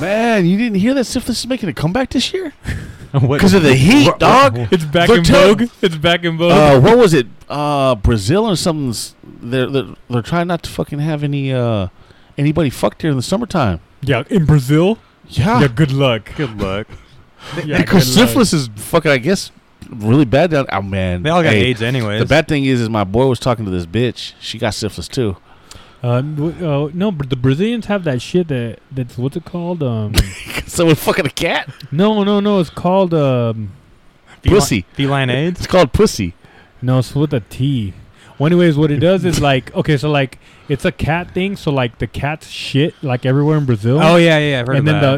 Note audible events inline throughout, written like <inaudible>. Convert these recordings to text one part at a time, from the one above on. Man, you didn't hear that Syphilis is making a comeback this year? What- <laughs> Because of the heat, Wha- dog. It's back They're in tell- vogue. It's back in vogue. Uh, what was it? Uh, Brazil or something's they're, they're they're trying not to fucking have any uh anybody fucked here in the summertime. yeah, in Brazil. Yeah. ah. Yeah, good luck. Good luck. Yeah, Because uh, good luck. syphilis is fucking I guess really bad down oh man. They all got Hey, AIDS anyways. The bad thing is is my boy was talking to this bitch. She got syphilis too. <laughs> Um, w- uh, no, but the Brazilians have that shit that that's what's it called? <laughs> Um, Someone fucking a cat? no, no, no. It's called um, Feline- pussy. Feline AIDS. It's called pussy. no, it's with a T. Well, anyways, what it does is like okay, so like it's a cat thing. So like the cats shit like everywhere in Brazil. Oh yeah, yeah. I've heard and then of the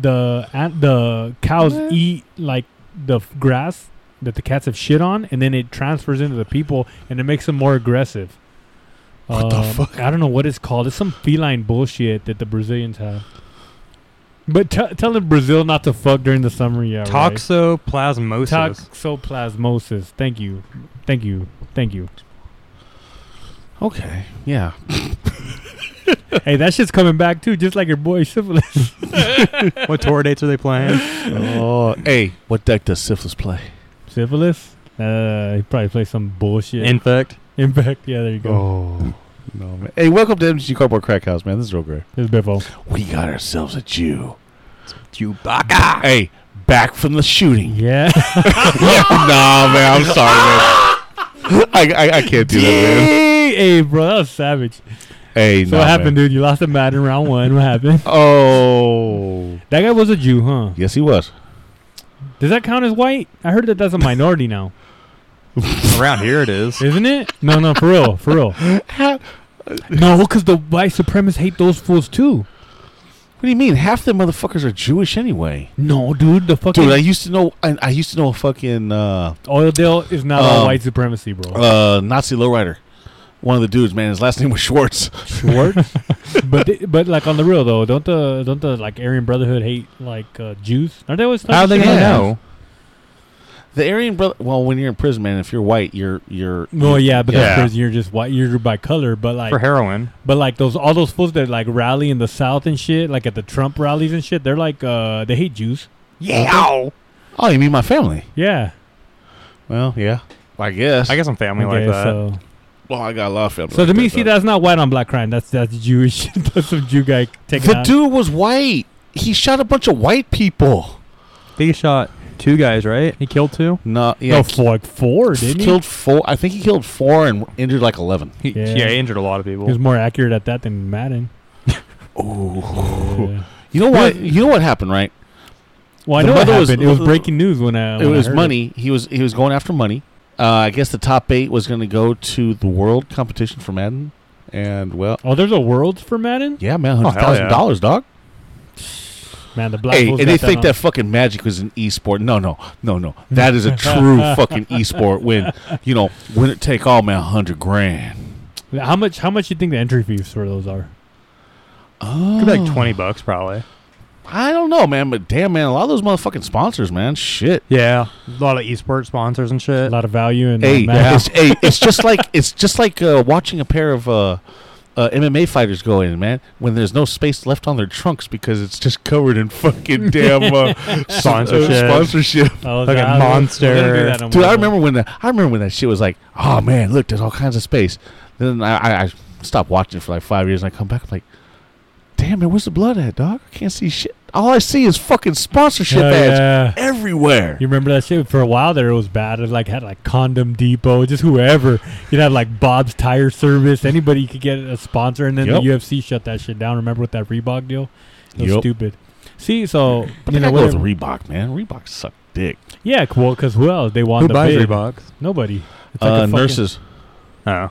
the the an- the cows What? eat like the f- grass that the cats have shit on, and then it transfers into the people, and it makes them more aggressive. What the Um, fuck? I don't know what it's called. It's some feline bullshit that the Brazilians have. But t- telling Brazil not to fuck during the summer, yeah, right. toxoplasmosis. Toxoplasmosis. Thank you, thank you, thank you. <laughs> Okay. <laughs> Yeah. hey, that shit's coming back too, just like your boy syphilis. <laughs> what tour dates are they playing? oh hey, what deck does syphilis play? Syphilis? Uh, he probably plays some bullshit. Infect. In fact, yeah, there you go. Oh <laughs> no man. Hey, welcome to MG Cardboard Crack House, man. This is real great. It's Biffo. We got ourselves a Jew. <laughs> Chewbacca. Hey, back from the shooting. <laughs> Yeah. nah, man, I'm sorry, man. I, I, I can't do that, <laughs> <laughs> man. hey, bro, that was savage. Hey, So nah, what happened, man. dude? You lost a match in round one. What happened? Oh, <laughs> That guy was a Jew, huh? yes, he was. Does that count as white? I heard that that's a minority now, Around here it is. <laughs> isn't it? No, no, for real, for real. How, what No, because the white supremacists hate those fools too. do you mean? Half the motherfuckers are Jewish anyway. No, dude, the fucking Dude, I used to know. I, I used to know a fucking uh, oil deal is not all Um, white supremacy, bro. uh, Nazi lowrider. One of the dudes, man. His last name was Schwartz. <laughs> Schwartz, but they- but like on the real though, don't the don't the like Aryan Brotherhood hate like uh, Jews? Aren't they always How are they gonna Yeah. know? The Aryan brother. Well, when you're in prison, man, if you're white, you're you're. Well, yeah, but that's Yeah. because you're just white. You're by color, but like For heroin. But like those all those fools that like rally in the South and shit, like at the Trump rallies and shit, they're like uh they hate Jews. Yeah. Oh, you mean my family? Yeah. Well, yeah. I guess. I guess I'm family Okay, like that. so Well, I got a lot of family. so to like me, that, see though. that's not white on black crime. That's that's Jewish. <laughs> that's some Jew guy taking The out. dude was white. He shot a bunch of white people. He shot two guys, right? He killed two. No, yeah, no, for like four, didn't he? killed four. I think he killed four and injured like eleven. He, Yeah. yeah. he injured a lot of He was people. more accurate at <laughs> that than Madden. Ooh. Yeah. You know what? You know what happened, right? Well, I The know what mother was- uh, happened. it was breaking news when I. it when I was heard money. He was he was going after money. Uh, I guess the top eight was going to go to the world competition for Madden, and well, Oh, there's a world for Madden. Oh, yeah, man, hell hundred thousand dollars, dog. Man, the black. Hey, Bulls and got they think on. that fucking Magic was an esport. No, no, no, no. That is a <laughs> true fucking esport. When you know, win it take all, man, hundred grand. How much? How much you think the entry fees for those are? Oh, Could be like twenty bucks probably. I don't know, man, but damn, man, a lot of those motherfucking sponsors, man, shit. Yeah, a lot of esports sponsors and A shit. lot of value and Hey, Madden. it's, hey, it's just like it's just like uh, watching a pair of uh, uh, MMA fighters go in, man. When there's no space left on their trunks because it's just covered in fucking damn <laughs> uh, Sponsorship. uh, sponsorship. Oh, fucking God, we- monster. we're gonna do that on Dude, I Monday. remember when the, I remember when that shit was like, oh man, look, there's all kinds of space. Then I, I, I stopped watching it for like five years, and I come back, I'm like, damn man, where's the blood at, dog? I can't see shit. All I see is fucking sponsorship Hell ads yeah. everywhere. You remember that shit? For a while there, it was bad. It like had like Condom Depot, just whoever. You'd have like Bob's Tire Service. Anybody you could get a sponsor, and then Yep. the UFC shut that shit down. Remember with that Reebok deal? It was Yep. stupid. See, so But you then I know, go with whatever- Reebok, man. Reebok suck dick. yeah, cool. Because who else? They won Who the buys bid. Reeboks? Nobody. It's uh, a fucking- nurses. Oh,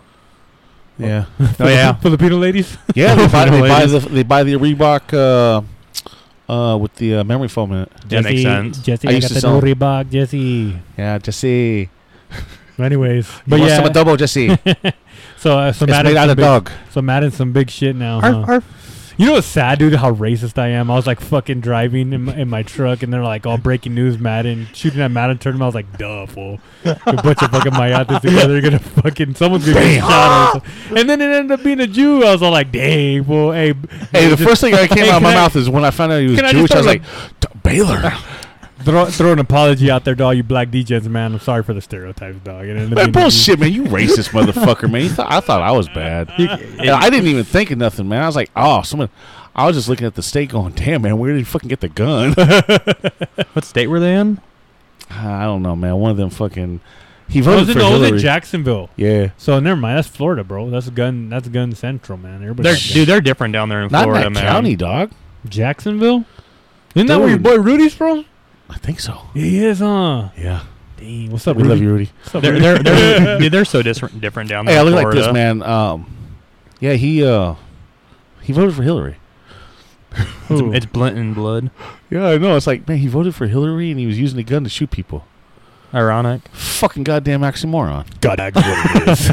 Yeah. oh <laughs> yeah. Filipino ladies. <laughs> Yeah, they buy, they Ladies. buy the they buy the Reebok uh, uh, with the uh, memory foam in it. That makes sense. Jesse, I I, used got to the sell- new Reebok, Jesse. Yeah, Jesse. Anyways, But but you yeah, yeah, want some adobo, <laughs> Jesse. it's so uh, so made Madden's out some of big, dog. so Madden's some big shit now. Arf, huh? arf. You know what's sad, dude? How racist I am. I was like fucking driving in my, in my truck, and they're like, "All breaking news, Madden shooting at Madden tournament." I was like, "Duh, fool! A bunch of fucking Mayatas together, they're gonna fucking someone's gonna get shot." or something. And then it ended up being a Jew. I was all like, "Dang, fool! Hey, Hey, the first <laughs> thing that came Hey, out of my can I- mouth is when I found out he was can I Jewish. just I, throw was the- like, "D- Baylor. throw, throw an apology out there to all you black DJs, man. I'm sorry for the stereotypes, dog." It ended up being Man, a bullshit, man. You racist motherfucker, man. You thought, I thought I was bad. <laughs> Yeah, I didn't even think of nothing, man. I was like, oh, someone. I was just looking at the state, going, damn, man, where did he fucking get the gun? <laughs> <laughs> What state were they in? I don't know, man. One of them fucking. He Jew. voted Was it, for no, it was in Hillary. Jacksonville? yeah. So never mind. That's Florida, bro. That's gun. That's gun central, man. They're, Everybody's dude, they're different down there in Not Florida, in that man. county, dog. Jacksonville. Isn't that where your Dude. boy Rudy's from? I think so. He is, huh? Yeah. Dang, what's up, We Rudy? love you, Rudy. What's up, They're Rudy? they're <laughs> they're, dude, they're so different different down there. Hey, I in look like Florida. this, man. Um, yeah, he uh, he voted for Hillary. Who? It's, it's Blint and blood. Yeah, I know. It's like, man, he voted for Hillary and he was using a gun to shoot people. Ironic. Fucking goddamn oxymoron. God, that's what <laughs> it is.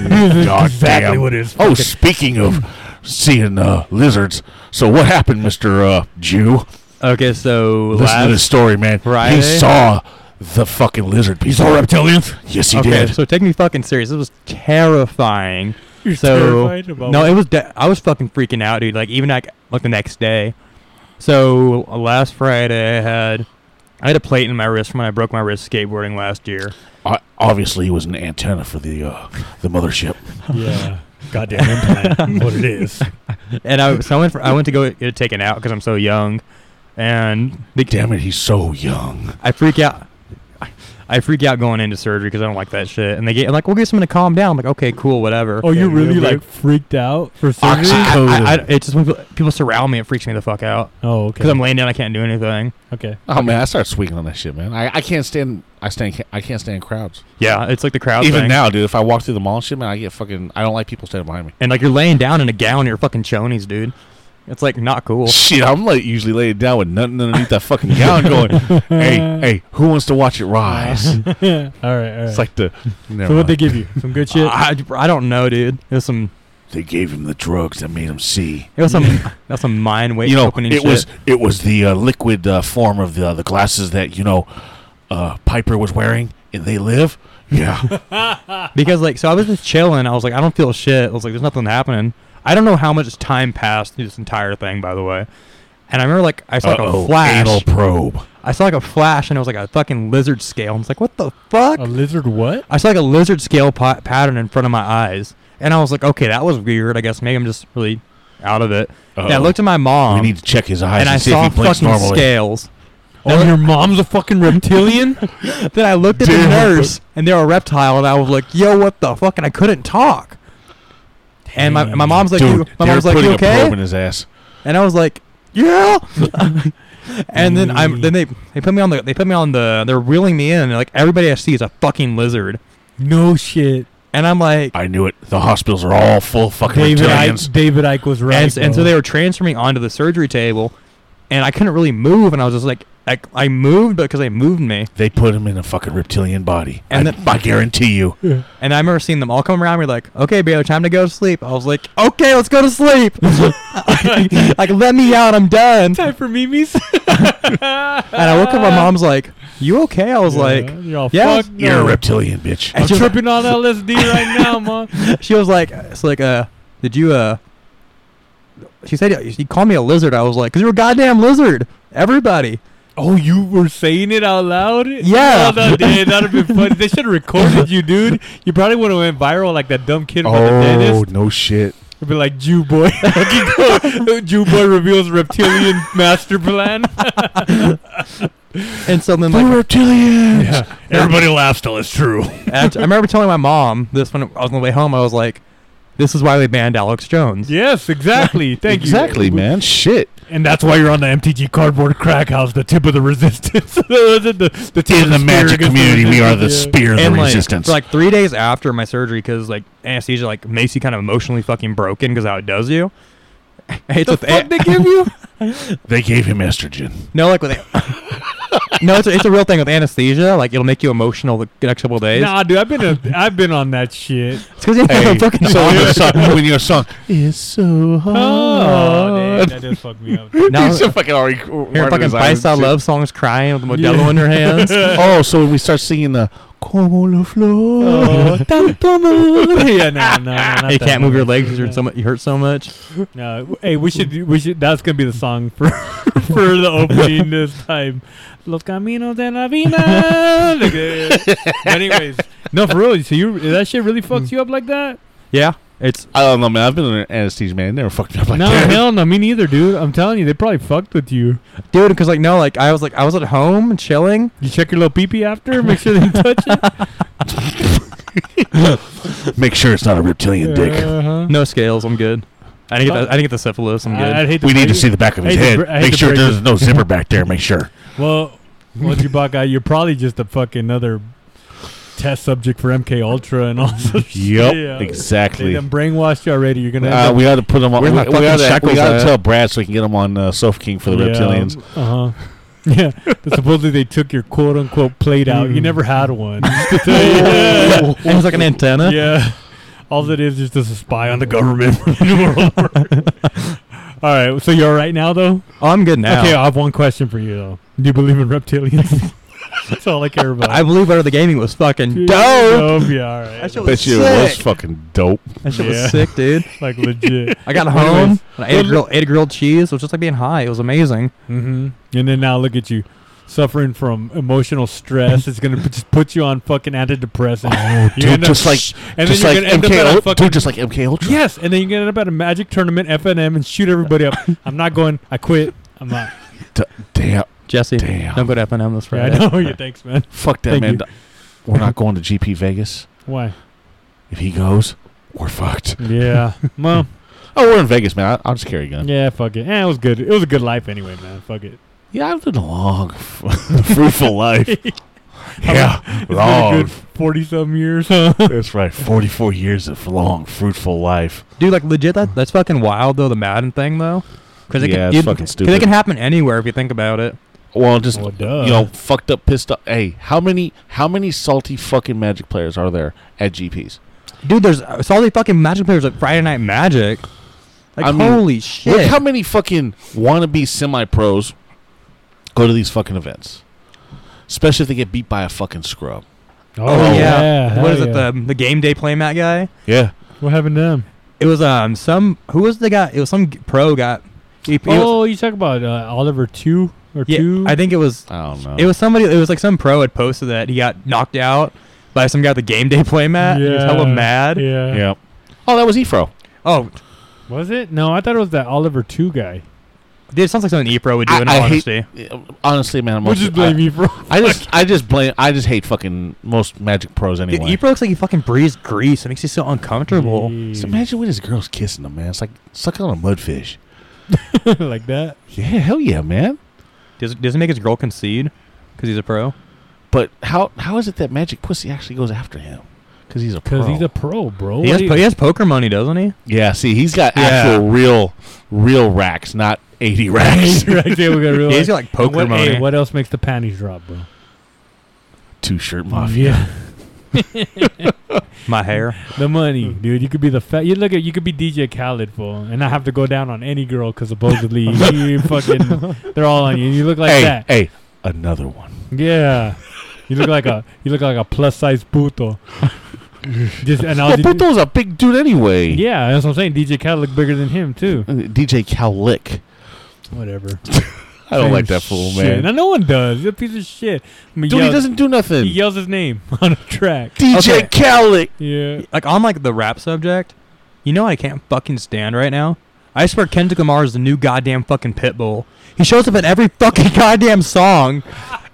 exactly damn. what it is. Oh, speaking of seeing uh, lizards, so what happened, Mister uh, Jew? Okay, so Listen to last this story, man. He Friday? saw the fucking lizard. He saw reptilians. Yes, he okay, did. so take me fucking serious. This was terrifying. <laughs> You're so terrified about no, it was. De- I was fucking freaking out, dude. Like even like like the next day. So uh, last Friday, I had I had a plate in my wrist from when I broke my wrist skateboarding last year. O- obviously, he was an antenna for the uh, the mothership. yeah. Goddamn <laughs> implant. what it is. and I so I went for, I went to go get it taken out because I'm so young, and they, Damn it, he's so young. I freak out. I freak out going into surgery because I don't like that shit. And they get I'm like, we'll get someone to calm down. I'm like, okay, cool, whatever. Oh, you Okay, really we'll like do- freaked out for surgery? I, I, I- it's just when people- people surround me, it freaks me the fuck out oh, okay. because I'm laying down, I can't do anything. okay. Oh man, I started squeaking on that shit, man. I, I can't stand I stand I can't stand crowds. Yeah, it's like the crowd Even thing. now, dude, if I walk through the mall and shit, man, I get fucking I don't like people standing behind me. And like you're laying down in a gown, and you're fucking chonies, dude. It's like not <laughs> cool. Shit, I'm like usually laying down with nothing underneath that fucking gown going, <laughs> Hey, hey, who wants to watch it rise? all right, <laughs> all right. It's like the never so what they mind. give you? Some good shit. <laughs> I, I don't know, dude. It was some They gave him the drugs that made him see. it <laughs> was some that's some mind weight you know, opening it shit. was it was the uh, liquid uh, form of the the glasses that, you know, uh, Piper was wearing and they live. <laughs> Yeah. Because like, so I was just chilling. I was like, I don't feel shit. I was like, there's nothing happening. I don't know how much time passed through this entire thing, by the way. And I remember like I saw like Uh-oh, a flash. Anal probe. I saw like a flash, and it was like a fucking lizard scale. I was like, what the fuck? a lizard what? I saw like a lizard scale pa- pattern in front of my eyes, and I was like, okay, that was weird. I guess maybe I'm just really out of it. And I Uh-oh. looked at my mom, we need to check his eyes and and, I see saw if he blinks fucking normally. scales. Oh, your mom's a fucking reptilian? Then I looked at the nurse, and they were a reptile, and I was like, "Yo, what the fuck?" And I couldn't talk. And my, my mom's like, Dude, you, my they're mom's like, putting "You a okay?" probe in his ass. And I was like, yeah. <laughs> And then I'm then they they put me on the they put me on the they're reeling me in and like everybody I see is a fucking lizard. No shit. And I'm like I knew it. The hospitals are all full of fucking David reptilians. Icke, David Ike was right. and, s- and so though. they were transferring me onto the surgery table and I couldn't really move and I was just like I, I moved because they moved me. they put him in a fucking reptilian body. And I, then- I guarantee you. And I remember seeing them all come around me like, okay, Baylor, time to go to sleep. I was like, okay, let's go to sleep. <laughs> <laughs> like, let me out. I'm <laughs> done. time for memes. and And I woke <laughs> up. My mom's like, you okay? I was like, you're all yeah, fuck You're a no. reptilian, bitch. I'm And she was- tripping on LSD right now, mom. <laughs> she was like, it's like, uh, did you, uh, she said, you called me a lizard. I was like, because you're a goddamn lizard. Everybody. Oh, you were saying it out loud? Yeah. Oh, no, dude, that'd have been funny. They should have <laughs> recorded you, dude. You probably would have went viral like that dumb kid about the Oh, dentist. no shit. It'd be like Jew boy. <laughs> Jew boy reveals reptilian master plan. And so then, The <laughs> like, reptilians. Everybody laughs till it's true. I remember telling my mom this when I was on the way home, I was like, this is why they banned Alex <laughs> Jones. Yes, exactly. <laughs> Thank exactly, you. man. Shit. And that's why you're on the MTG cardboard crack house, the tip of the resistance. <laughs> the, the, the tip In of the magic asparagus of community, we are the resistance, yeah. spear of the and like, resistance. For like three days after my surgery, because like anesthesia like makes you kind of emotionally fucking broken because how it does you. <laughs> It's The with a- fuck they give <laughs> you? they gave him <laughs> estrogen. no, like with no, it's a, <laughs> it's a real thing with anesthesia. Like it'll make you emotional the next couple of days. Nah, dude, I've been a, I've been on that shit. It's because you <laughs> have a fucking <laughs> so when mind. your song, when your song is so hard. Oh, dude, that just fucked me up. now He's so fucking already. hearing fucking Paisa love songs crying with Modelo in <laughs> her <laughs> hands. Oh, so when we start singing the Como la Oh, <laughs> flor. tanto amor. <laughs> yeah, no, no, no, not you that can't move your one. legs because you're so much, you hurt so much. No, w- hey, we should, we should. That's gonna be the song for <laughs> for the opening this time. Los caminos de la vida. Look at it. Anyways, no, for real. So you that shit really fucks you up like that? Yeah, it's I don't know, man. I've been under anesthesia, man. It never fucked me up like no, that. hell no, me neither, dude. I'm telling you, they probably fucked with you. dude because like no, like I was like I was at home chilling. You check your little pee pee after, make sure they didn't touch <laughs> it. Make sure it's not a reptilian dick. Uh-huh. No scales, I'm good. I didn't get the, I didn't get the syphilis. I'm good. I, would hate We need to break see it. the back of his Hey, head. the br- hey, Make the sure break- there's <laughs> no zipper back there. Make sure. Well, well, Chewbacca, you're probably just a fucking other test subject for MK Ultra and all <laughs> sorts. of Yep, shit, yeah. They exactly. done brainwashed you already. You're gonna. Uh, we got to put him on. We, Where's we my got to fucking shackles at? tell Brad so we can get him on uh, Sofa King for the reptilians. Uh huh. <laughs> Yeah, but supposedly they took your quote unquote plate out. You Mm. never had one. <laughs> and <laughs> yeah. it's like an antenna. yeah. All it is is just a spy on the government. <laughs> <laughs> all right, so you're all right now though. Oh, I'm good now. Okay, I have one question for you though. Do you believe in reptilians? <laughs> That's all I care about. <laughs> I believe Out of the Gaming was fucking Dude, <laughs> dope. Yeah, all right. That shit Bet you it was Sick. fucking dope. That shit Yeah. was sick, dude. like legit. <laughs> I got <laughs> home Anyways. and I ate a, grilled, ate a grilled cheese. It was just like being high. It was amazing. hmm And then now look at you, suffering from emotional stress. it's gonna p- just put you on fucking <laughs> antidepressants. Oh, Dude, just like, and just then like you're gonna end up MK at a Ultra. fucking Dude, just like MK Ultra. yes, and then you're gonna end up at a magic tournament FNM and shoot everybody <laughs> up. I'm not going. I quit. I'm not. D- damn. Jesse, Damn. don't go to F&M this Yeah, I Friday. know. <laughs> Yeah, thanks, man. Fuck that, Thank man. you. We're not going to GP Vegas. Why? If he goes, we're fucked. <laughs> Yeah. Well. Oh, we're in Vegas, man. I, I'll just carry a gun. Yeah. Fuck it. Eh, it was good. It was a good life anyway, man. Fuck it. Yeah, I've lived a long, <laughs> fruitful <laughs> life. yeah, It's been a long. good forty some years. Huh? That's right. Forty-four years of long, fruitful life. Dude, like legit, that, that's fucking wild though, the Madden thing though. Cause it Yeah, can, it's you- fucking 'cause stupid. it can happen anywhere if you think about it. Well, just Well, Oh, duh. you know, fucked up, pissed up. Hey, how many, how many salty fucking Magic players are there at GPs? Dude, there's uh, it's all these fucking Magic players like Friday Night Magic. Like I mean, holy Look shit! how many fucking wannabe semi pros go to these fucking events, especially if they get beat by a fucking scrub. oh yeah, hell what is it? yeah. The the game day playmat guy. Yeah, What happened to them? It was um some who was the guy? It was some g- pro guy. He, he was- Oh, you talk about uh, Oliver two or yeah, two? I think it was I don't know. it was somebody. It was like some pro had posted that he got knocked out by some guy at the game day playmat. He was hella Yeah, mad. Yeah. yeah. Oh, that was Efro. Oh, Was it? No, I thought it was that Oliver two guy. dude, it sounds like something E Pro would do. I- in I all hate- honesty, Yeah, Honestly, man, I'm We'll just blame I, you for. I just, I just blame, I just hate fucking most Magic pros dude, anyway. E Pro looks like he fucking breathes grease. It makes you so uncomfortable. So Jeez. imagine when this girl's kissing him, man. It's like sucking on a mudfish. <laughs> like that. Yeah, hell yeah, man. Does does it make his girl concede? Because he's a pro. But how how is it that Magic Pussy actually goes after him? Because he's a pro. Because he's a pro, bro. He has, What po- do he <laughs> you- has poker money, doesn't he? yeah. See, he's got Yeah. actual real real racks, not <laughs> eighty racks. Right there, we got real- Yeah, he's got like poker what, money. hey, what else makes the panties drop, bro? <laughs> Two shirt mafia. Yeah. My hair. The money, dude. You could be the fat. You look at you could be DJ Khaled for, and not have to go down on any girl because supposedly you fucking they're all on you. You look like hey, that. hey, another one. Yeah, you look like a you look like a plus size puto. Just and all Well, Oh, you- Buto's a big dude anyway. yeah, that's what I'm saying. DJ Khaled look bigger than him too. Uh, DJ Cowlick. Whatever. I don't like that fool, man. No, no one does. He's a piece of shit. I mean, Dude, he yell- doesn't do nothing. He yells his name <laughs> on a track. DJ Okay. Cowlick. Yeah. Like on like the rap subject. You know what I can't fucking stand right now. I swear Kendrick Lamar is the new goddamn fucking pitbull. He shows up in every <laughs> fucking goddamn song.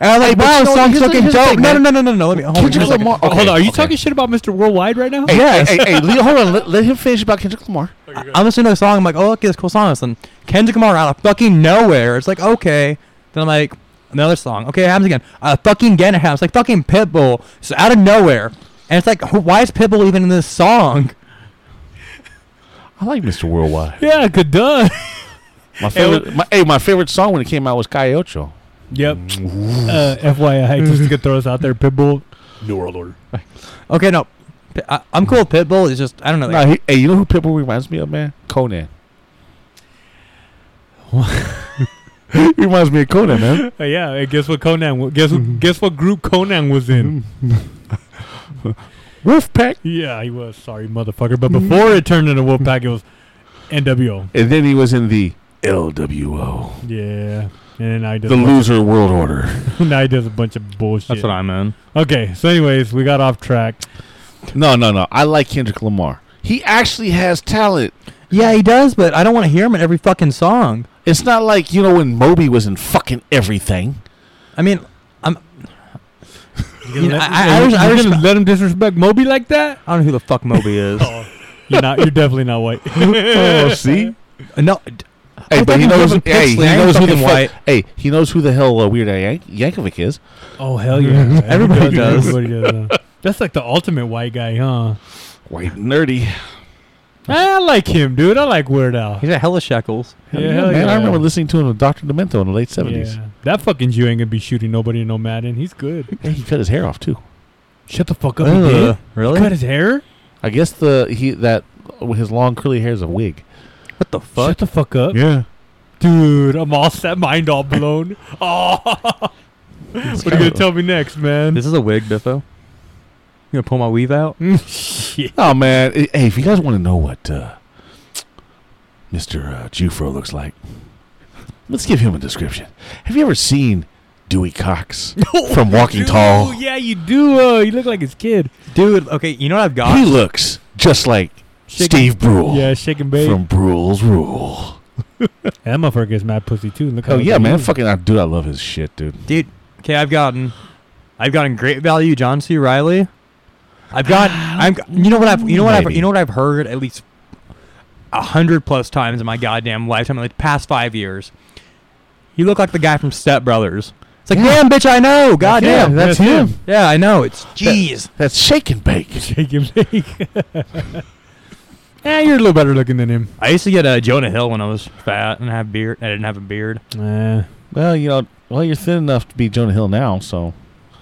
And I'm like, but wow, you know, song's here's the- fucking here's the dope. thing, No, no, man. no, no, no, no. Let me hold on. Kendrick one second. Lamar- Hold on. Are Oh, you okay. talking shit about Mr. Worldwide right now? Hey, Yes. hey, hey, hey, Leo, hold on. Let, let him finish about Kendrick Lamar. I- I'm listening to a song. I'm like, oh, okay, this cool song. Listen, Kendrick Lamar out of fucking nowhere. It's like, okay. Then I'm like, another song. Okay, it happens again. Uh, fucking again, it happens. Like fucking Pitbull. It's out of nowhere. And it's like, wh- why is Pitbull even in this song? I like Mr. Worldwide. Yeah, good duh. My favorite, my, hey, my favorite song when it came out was Cayocho. <laughs> <laughs> Yep. Uh, FYI, just to throw us out there, Pitbull. New World Order. Okay, no. P- I, am cool with Pitbull. It's just, I don't know. Nah, he, hey, you know who Pitbull reminds me of, man? Conan. <laughs> he reminds me of Conan, man. Uh, yeah, and guess what Conan? wa- <laughs> Guess what, guess what group Conan was Mm-hmm. in? Wolfpack. yeah, he was. Sorry, motherfucker. But before it turned into Wolfpack, it was NWO. And then he was in the LWO, Yeah, and now he does the a bunch- Loser World Order. now he does a bunch <laughs> of bullshit. I'm in. Okay, so anyways, we got off track. No, no, no. I like Kendrick Lamar. He actually has talent. Yeah, he does, but I don't want to hear him in every fucking song. It's not like, you know, when Moby was in fucking everything. I mean, You You know, gonna let- I- I you was- I gonna was- let him disrespect Moby like that. Oh. I don't know who the <laughs> fuck Moby is. You're not. You're definitely not white. Oh, see? no. d- Hey, I but he fucking knows. love Hey, he Pixley. I ain't knows who the fucking fuck. white. Hey, he knows who the hell uh, Weird Al Yank- Yankovic is. <laughs> Oh hell <laughs> yeah! Everybody does. Everybody does. huh? That's like the ultimate white guy, huh? White and nerdy. <laughs> I like him, dude. I like Weird Al. He's a hella shekels. Hell yeah, man. I remember listening to him with Dr. Demento in the late 70s. Yeah. That fucking Jew ain't gonna be shooting nobody in no Madden. He's good. Yeah, he cut his hair off too. Shut the fuck up. he Ugh, did? really? Cut his hair? I guess the he that his long curly hair is a wig. What the Shut fuck? the fuck up, Yeah. dude. I'm all set, mind all blown. <laughs> oh, what are you gonna tell me next, man? This is a wig, Biffo. You gonna pull my weave out? Shit. Oh man. I- Hey, if you guys want to know what uh, Mr. Uh, Jufro looks like, let's give him a description. Have you ever seen Dewey <laughs> Cox from Walking Dude, Tall? Yeah, you do. Uh, you look like his kid. Dude, okay, you know what I've got? He looks just like Shake- Steve Brule Yeah, shaking baby. from Brule's Rule. that motherfucker is mad pussy too. Look Oh how yeah, big man. he is. Fucking I- dude, I love his shit, dude. Dude, okay, I've gotten, I've gotten great value, John C. Riley. I've got, I'm, you know what I've, you know what I've, Maybe. you know what I've heard at least a hundred plus times in my goddamn lifetime, like the past five years. You look like the guy from Step Brothers. It's like, damn, bitch, I know, yeah, goddamn. Yeah, Oh, that's him. I know. It's jeez. That's shake and bake. Shaking <laughs> baby. <laughs> Yeah, you're a little better looking than him. I used to get a uh, Jonah Hill when I was fat and have beard. I didn't have a beard. Nah. Well, you know, well, you're thin enough to be Jonah Hill now, so.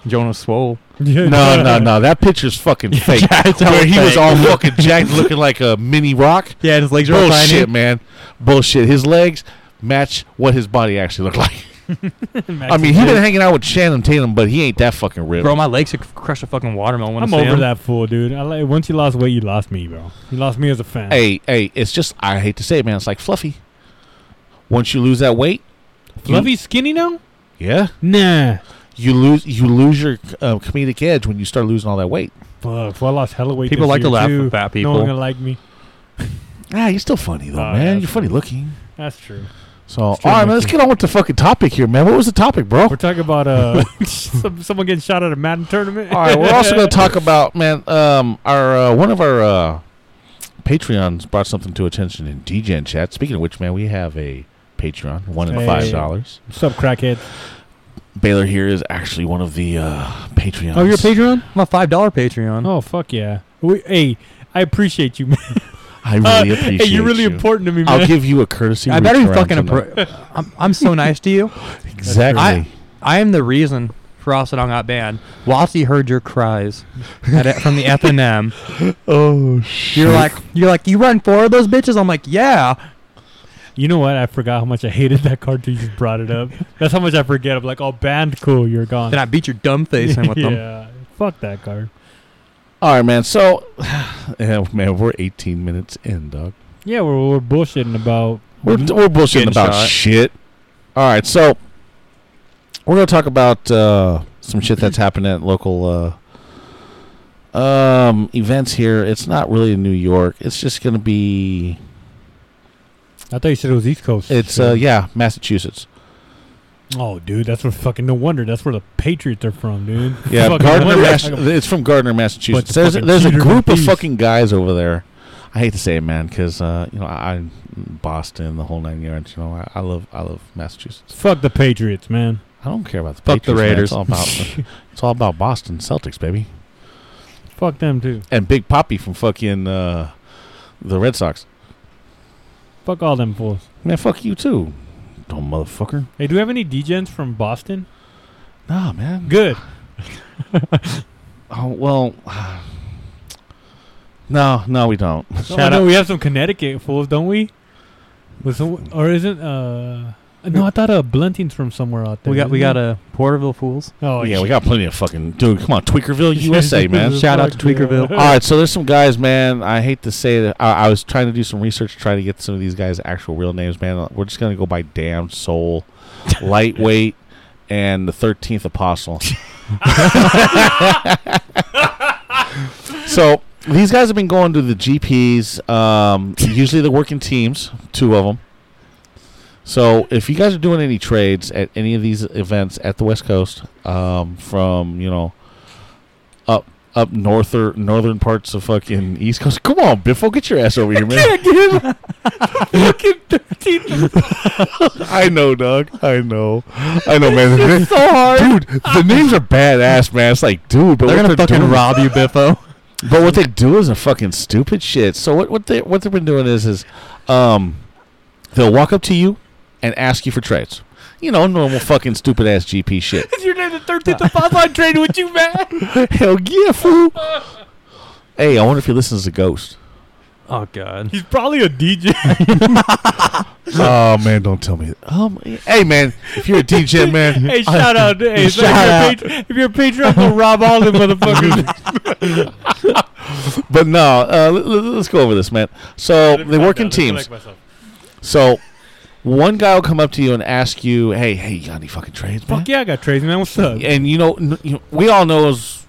Jonah swole. <laughs> No, no, <laughs> no. That picture's fucking <laughs> fake. Yeah, it's all Where he was fake. all fucking <laughs> jacked, looking like a mini rock. Yeah, his legs are all tiny. Bullshit, man. Bullshit. His legs match what his body actually looked like. I mean, he been hanging out with Shannon Tatum, but he ain't that fucking ripped. Bro, my legs could crush a fucking watermelon. when I I'm see over him. that fool, dude. I like, once you lost weight, you lost me, bro. You lost me as a fan. Hey, hey, it's just I hate to say it, man. It's like fluffy. Once you lose that weight, Fluffy's skinny now? yeah, Nah. you lose you lose your uh, comedic edge when you start losing all that weight. Fuck, well, I lost hella weight. People this like to year, laugh too. at fat No one people. gonna like me. Ah, you're still funny though, Oh, yeah, man. that's You're funny true. looking. That's true. So, all true, right, that's man. Let's true. get on with the fucking topic here, man. What was the topic, bro? We're talking <laughs> about uh, <laughs> some, someone getting shot at a Madden tournament. All right, we're also <laughs> going to talk about man. Um, our uh, one of our uh, Patreons brought something to attention in DGen chat. Speaking of which, man, we have a Patreon, one and Hey. five dollars. What's up, crackhead? Baylor here is actually one of the uh, Patreons. Oh, you're a Patreon? I'm a five dollar Patreon. Oh fuck yeah! We, hey, I appreciate you, man. I really Uh, appreciate hey, <laughs> you're really you. important to me, man. I'll give you a courtesy. I better reach be around fucking. tonight. Appro- <laughs> I'm, I'm so nice to you. exactly. I- I am the reason Frostadon got banned. Wassy heard your cries at it <laughs> from the F and M. oh shit! You're like, you're like, you run four of those bitches. I'm like, yeah. you know what? I forgot how much I hated that card until you just brought it <laughs> up. That's how much I forget. I'm like, oh, banned, cool, you're gone. <laughs> Then I beat your dumb face in with <laughs> yeah, them. fuck that card. all right, man. So, <sighs> yeah, man, we're 18 minutes in, dog. Yeah, we're, we're bullshitting about. We're, we're bullshitting Getting about shot. shit. All right, so we're gonna talk about uh, some shit that's happened at local uh, um, events here. It's not really in New York. It's just gonna be. I thought you said it was East Coast. It's uh, yeah, Massachusetts. oh, dude, that's where fucking no wonder. That's where the Patriots are from, <laughs> dude. Yeah, Fucking Gardner. wonder- Mass- it's from Gardner, Massachusetts. Bunch There's of fucking there's a cheaters group and of thieves. fucking guys over there. I hate to say it, man, because uh, you know I, I Boston, the whole nine yards. You know, I, I love I love Massachusetts. Fuck the Patriots, man. I don't care about the Fuck the Patriots, man. It's all <laughs> Raiders. about it's all about Boston Celtics, baby. <laughs> Fuck them too. and Big Poppy from fucking uh, the Red Sox. Fuck all them fools. Man, fuck you too, dumb motherfucker. Hey, do we have any DJs from Boston? Nah, man. Good. Oh well. <sighs> No, no, we don't. Oh, Shout no, out. we have some Connecticut fools, don't we? Was some, or isn't uh? No, I thought uh Blunting's from somewhere out there. We got, we got isn't a Porterville <laughs> fools. he? Oh yeah, we got plenty of fucking dude. Come on, Tweakerville, <laughs> USA, <laughs> man. Shout out to Tweakerville. All right, so there's some guys, man. I hate to say that I, I was trying to do some research to try to get some of these guys' actual real names, man. We're just gonna go by Damn Soul, Lightweight, and the Thirteenth Apostle. <laughs> so these guys have been going to the GPS. Um, usually they're working teams, two of them. So if you guys are doing any trades at any of these events at the West Coast, um, from you know up up norther northern parts of fucking East Coast, come on, Biffo, get your ass over here, man. fucking <laughs> thirteen. I know, Doug. I know. I know, <laughs> man. So hard. Dude, the names are badass, man. It's like, dude, but They're what gonna fucking doing- rob you, Biffo. But what they do is a fucking stupid shit. So what what they what they've been doing is is um they'll walk up to you and ask you for trades. You know, normal fucking stupid ass GP <laughs> shit. Your name the thirteenth apostle. I traded with you, man. <laughs> Hell yeah, fool. hey, I wonder if he listens to Ghost. <laughs> Oh god. He's probably a DJ. <laughs> oh man, don't tell me. Um, hey man, if you're a DJ man, <laughs> <laughs> hey, shout out. Hey, so Shout if, you're a patron, if you're a patron, I'm gonna rob <laughs> all them motherfuckers. but no, uh, l- l- let's go over this, man. So they work in teams. So one guy will come up to you and ask you, "Hey, hey, you got any fucking trades, man?" Fuck yeah, I got trades, man. What's up? and you know, n- you know, we all know as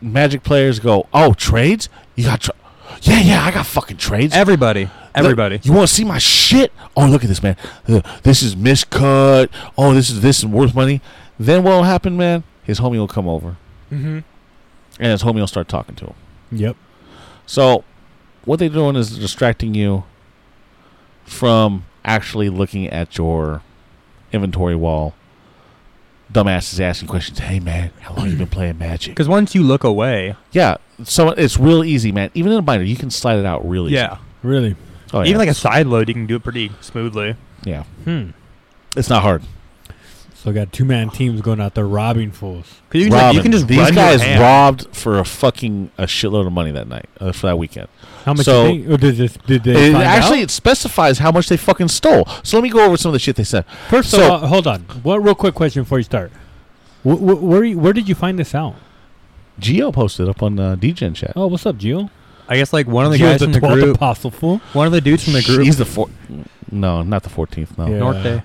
magic players go, oh, trades? You got, tra- yeah, yeah, I got fucking trades. Everybody. Everybody. Look, you want to see my shit? Oh, look at this, man. Uh, This is miscut. Oh, this is this is worth money. Then what will happen, man? His homie will come over, Mm-hmm. and his homie will start talking to him. Yep. So, what they're doing is distracting you from actually looking at your inventory wall. Dumbass is asking questions. Hey, man, how long you been playing Magic? Because once you look away, Yeah, so it's real easy, man. Even in a binder, you can slide it out really. yeah, Really. easy. Oh, yeah. even like a side load, you can do it pretty smoothly. yeah, Hmm. it's not hard. So I got two man teams going out there robbing fools. Because you, can just- Robbing. you can just these run your guys hand. robbed for a fucking a shitload of money that night uh, for that weekend. How much So- you think? Or did, this, did they It, find actually, out? it specifies how much they fucking stole. So let me go over some of the shit they said. First so- of all, hold on. What real quick question before you start? Wh- wh- where you, where did you find this out? Geo posted up on uh, DGen chat. Oh, what's up, Gio? I guess like one of the Gio's guys in the 12th group, apostle fool. one of the dudes from the group, He's the four. No, not the fourteenth. No. Yeah. Norte.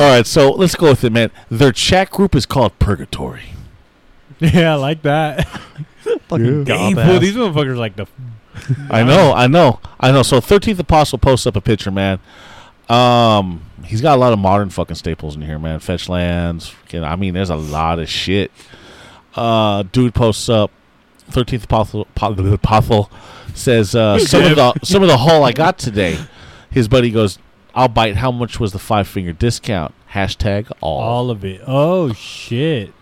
All right, so let's go with it, man. Their chat group is called Purgatory. <laughs> yeah, I like that. <laughs> Fucking Hey, gob fool, ass. these motherfuckers like the. I know, I know, I know. So thirteenth apostle posts up a picture, man. Um, he's got a lot of modern fucking staples in here, man. Fetch lands. fucking- I mean, there's a lot of shit. Uh, dude posts up. Thirteenth apostle, po- apostle says uh, some of the some of the haul I got today. His buddy goes, I'll bite. How much was the five finger discount? Hashtag all. All of it. Oh shit!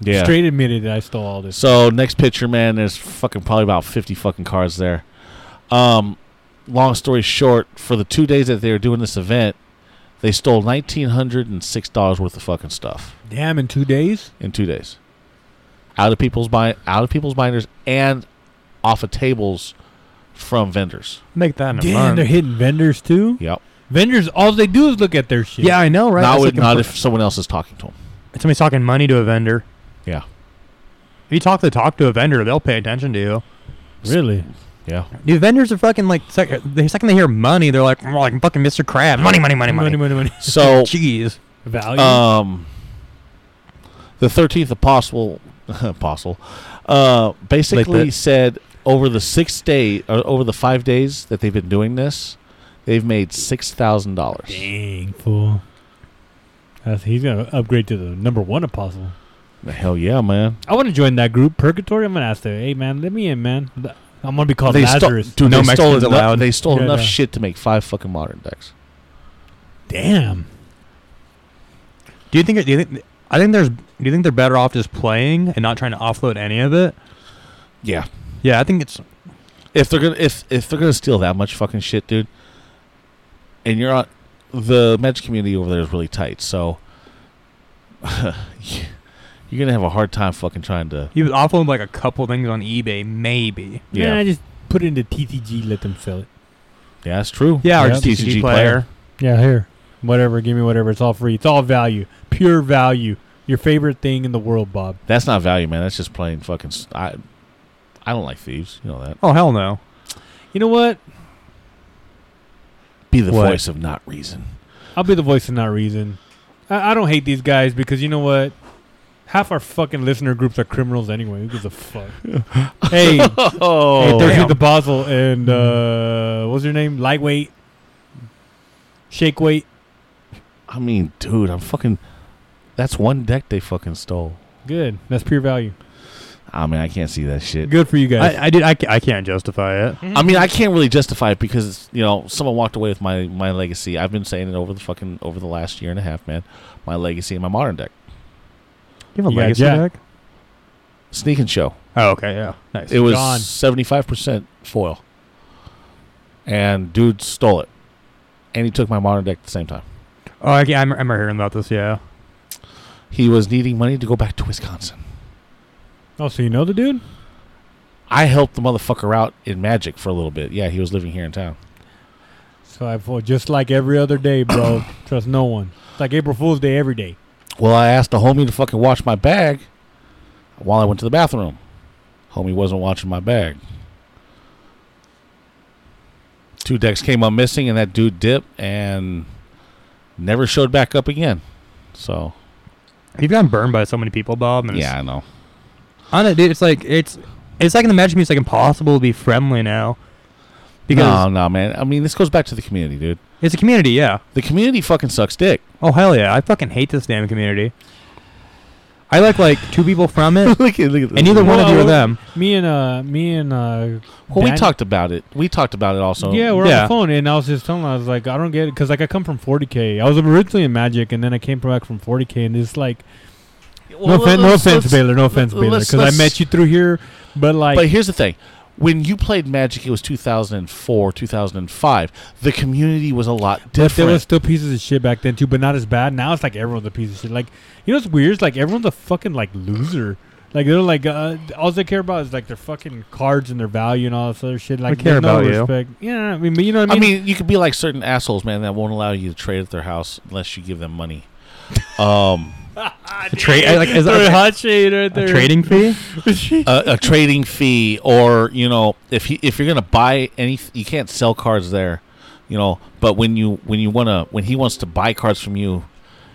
yeah. Straight admitted that I stole all this. So next picture, man, there's fucking probably about fifty fucking cars there. Um, long story short, for the two days that they were doing this event, they stole nineteen hundred and six dollars worth of fucking stuff Damn! In two days. in two days, out of people's bind, out of people's binders, and off of tables from vendors. Make that in a Damn, month. they're hitting vendors too. Yep. Vendors, all they do is look at their shit. Yeah, I know, right? not That's with, like not impor- if someone else is talking to them. somebody's talking money to a vendor. Yeah. If you talk to talk to a vendor, they'll pay attention to you. really. Yeah. Dude, vendors are fucking like sec- the second they hear money, they're like, "Oh, like fucking Mr. Crab, money, money, money, money, money, money, <laughs> money. So <laughs> Jeez, Value. Um, the thirteenth apostle, <laughs> apostle, uh, basically that. said over the six day or over the five days that they've been doing this, they've made six thousand dollars. Dang fool. That's, he's gonna upgrade to the number one apostle. Hell yeah, man! I want to join that group, Purgatory. I'm gonna ask them, hey man, let me in, man. Th- I'm gonna be called they Lazarus. Stole, dude, Oh, No they stole Mexicans enough. allowed. They stole Yeah, enough no. shit to make five fucking modern decks. Damn. do you think? Do you think? I think there's. Do you think they're better off just playing and not trying to offload any of it? Yeah, Yeah, I think it's. if they're gonna if if they're gonna steal that much fucking shit, dude, and you're on the Magic community over there is really tight, so <laughs> you're gonna have a hard time fucking trying to. You would offload like a couple things on eBay, maybe. Yeah, Man, I just put it into TTG, let them sell it. yeah, that's true. Yeah, or Yeah. just TCG player. Yeah, here. Whatever, give me whatever. It's all free. It's all value. Pure value. Your favorite thing in the world, Bob. That's not value, man. That's just plain fucking. s- I, I don't like thieves. You know that. Oh hell no! You know what? Be the What? voice of not reason. I'll be the voice of not reason. I, I don't hate these guys because you know what? Half our fucking listener groups are criminals anyway. Who gives a <laughs> fuck? hey, hey, Oh, Thursday damn. the Basel and uh, what's your name? Lightweight, shake weight. I mean, dude, I'm fucking. That's one deck they fucking stole. Good. That's pure value. I mean, I can't see that shit. Good for you guys. I, I did. I, ca- I can't justify it. I mean, I can't really justify it because you know someone walked away with my my legacy. I've been saying it over the fucking over the last year and a half, man. My legacy and my modern deck, You have a You got legacy Jack. deck? sneak and show. Oh okay, yeah, nice. It Gone. was seventy five percent foil, and dude stole it, and he took my modern deck at the same time. oh, I, I remember hearing about this. Yeah, He was needing money to go back to Wisconsin. oh, so you know the dude? I helped the motherfucker out in Magic for a little bit. Yeah, he was living here in town. So I well, just like every other day, <coughs> bro. Trust no one. It's like April Fool's Day every day. Well, I asked a homie to fucking watch my bag while I went to the bathroom. Homie wasn't watching my bag. Two decks came up missing, and that dude dipped and never showed back up again. So you've gotten burned by so many people, Bob. And it's- yeah, I know. I don't know, dude. It's like it's it's like in the Magic Museum, it's like impossible to be friendly now because no, no, man. I mean, this goes back to the community, dude. it's a community. Yeah. The community fucking sucks dick. Oh hell yeah! I fucking hate this damn community. I like like two people <laughs> from it, <laughs> look at, look at this. and neither one of you are Well, them. Me and uh, me and uh, Well, we Dan- talked about it. We talked about it also. yeah, we're on yeah. the phone, and I was just telling, her, I was like, I don't get it, cause like I come from 40k. I was originally in Magic, and then I came back from 40k, and it's like, Well, no, offen- no let's- offense, let's- Baylor, no offense, let's- Baylor, let's- because I met you through here, but like, But here's the thing. When you played Magic, it was 2004, 2005. The community was a lot but there different. was still pieces of shit back then too, but not as bad. Now it's like everyone's a piece of shit. Like, you know what's weird? It's like everyone's a fucking like loser. Like they're like uh, all they care about is like their fucking cards and their value and all this other shit. Like care there's no about you. respect. Yeah, I mean, but you know what I I mean. mean, you could be like certain assholes, man, that won't allow you to trade at their house unless you give them money. Um, A trade like <laughs> is They're a that hot shade right a, there. trading fee? a, a trading fee, or you know, if you, if you're gonna buy any, you can't sell cards there, you know. But when you when you wanna when he wants to buy cards from you,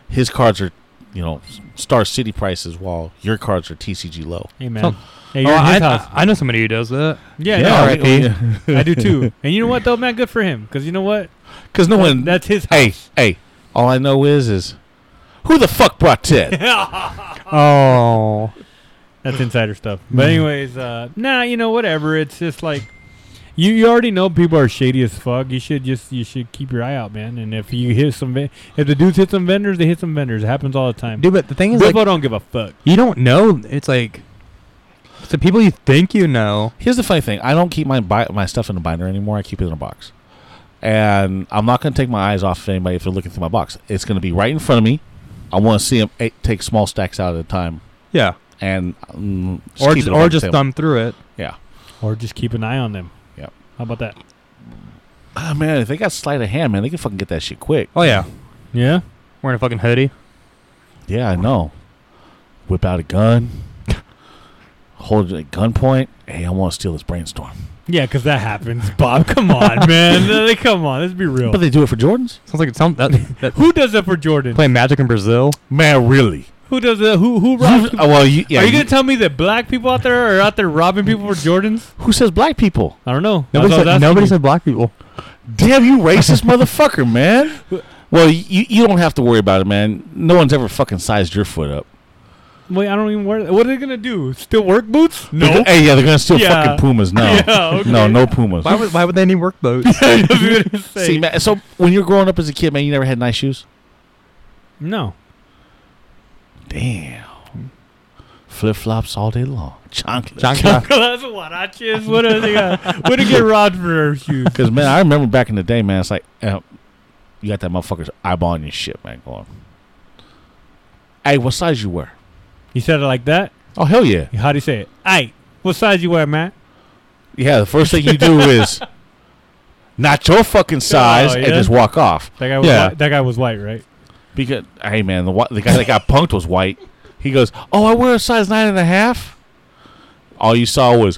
his cards are you know Star City prices, while your cards are TCG low. Hey man. Some- Hey, Oh, you're in his I, house. I, I know somebody who does that. yeah, Yeah, no, <laughs> right. I do too. And you know what though, man? Good for him, because you know what? Because no one That's his. Hey, hey, all I know is is who the fuck brought Ted? <laughs> Oh, Mm. That's insider stuff. But anyways, uh, nah, you know whatever. It's just like You you already know people are shady as fuck. You should just you should keep your eye out, man. And if you hit some, ve- if the dudes hit some vendors, they hit some vendors. It happens all the time. Dude, but the thing is, People like, don't give a fuck. you don't know. It's like it's the people you think you know. Here's the funny thing: I don't keep my bi- my stuff in a binder anymore. I keep it in a box, and I'm not going to take my eyes off of anybody if they're looking through my box. It's going to be right in front of me. I want to see them take small stacks out at a time, Yeah, and mm, or keep just, it above or the just table. thumb through it. Or just keep an eye on them. Yep. How about that? Ah, man, if they got sleight of hand, man, they can fucking get that shit quick. Oh yeah, Yeah. wearing a fucking hoodie. Yeah, I know. Whip out a gun, <laughs> hold it at gunpoint. Hey, I want to steal this brainstorm. Yeah, because that <laughs> happens, Bob. Come on, <laughs> man. Like, Come on. Let's be real. But they do it for Jordans. Sounds like it's some <laughs> that, that Who does that for Jordan? playing Magic in Brazil. Man, really? Who does that? Who who Oh, robs? well, you, yeah. are you you- gonna tell me that black people out there are out there robbing people for Jordans? who says black people? I don't know. Nobody That's what I said, was nobody asking said black people. Damn you, racist motherfucker, man. <laughs> Well, you, you don't have to worry about it, man. No one's ever fucking sized your foot up. you. Wait, I don't even wear. What are they gonna do? Still work boots? <laughs> They're go- Hey, yeah, they're gonna steal Yeah. fucking pumas now. <laughs> Yeah, okay. No, no pumas. Why would why would they need work boots? I was gonna say. See, man, so when you're growing up as a kid, man, you never had nice shoes. No. Damn. Flip flops all day long. Chocolate. <laughs> <laughs> John Cena. Chocolate huaraches. What do they got? <laughs> What do you get robbed for their shoes? Because man, I remember back in the day, man. It's like uh, you got that motherfucker's eyeballing your shit, man. Going, hey, what size you wear? You said it like that. Oh hell yeah, How do you say it? Hey, what size you wear, man? yeah. The first thing you <laughs> do is not your fucking size Oh, and yeah? just walk off. That guy was Yeah. white. that guy was white, right? Because hey, man, the whi- the guy that got punked was <laughs> white. He goes, oh, I wear a size nine and a half. All you saw was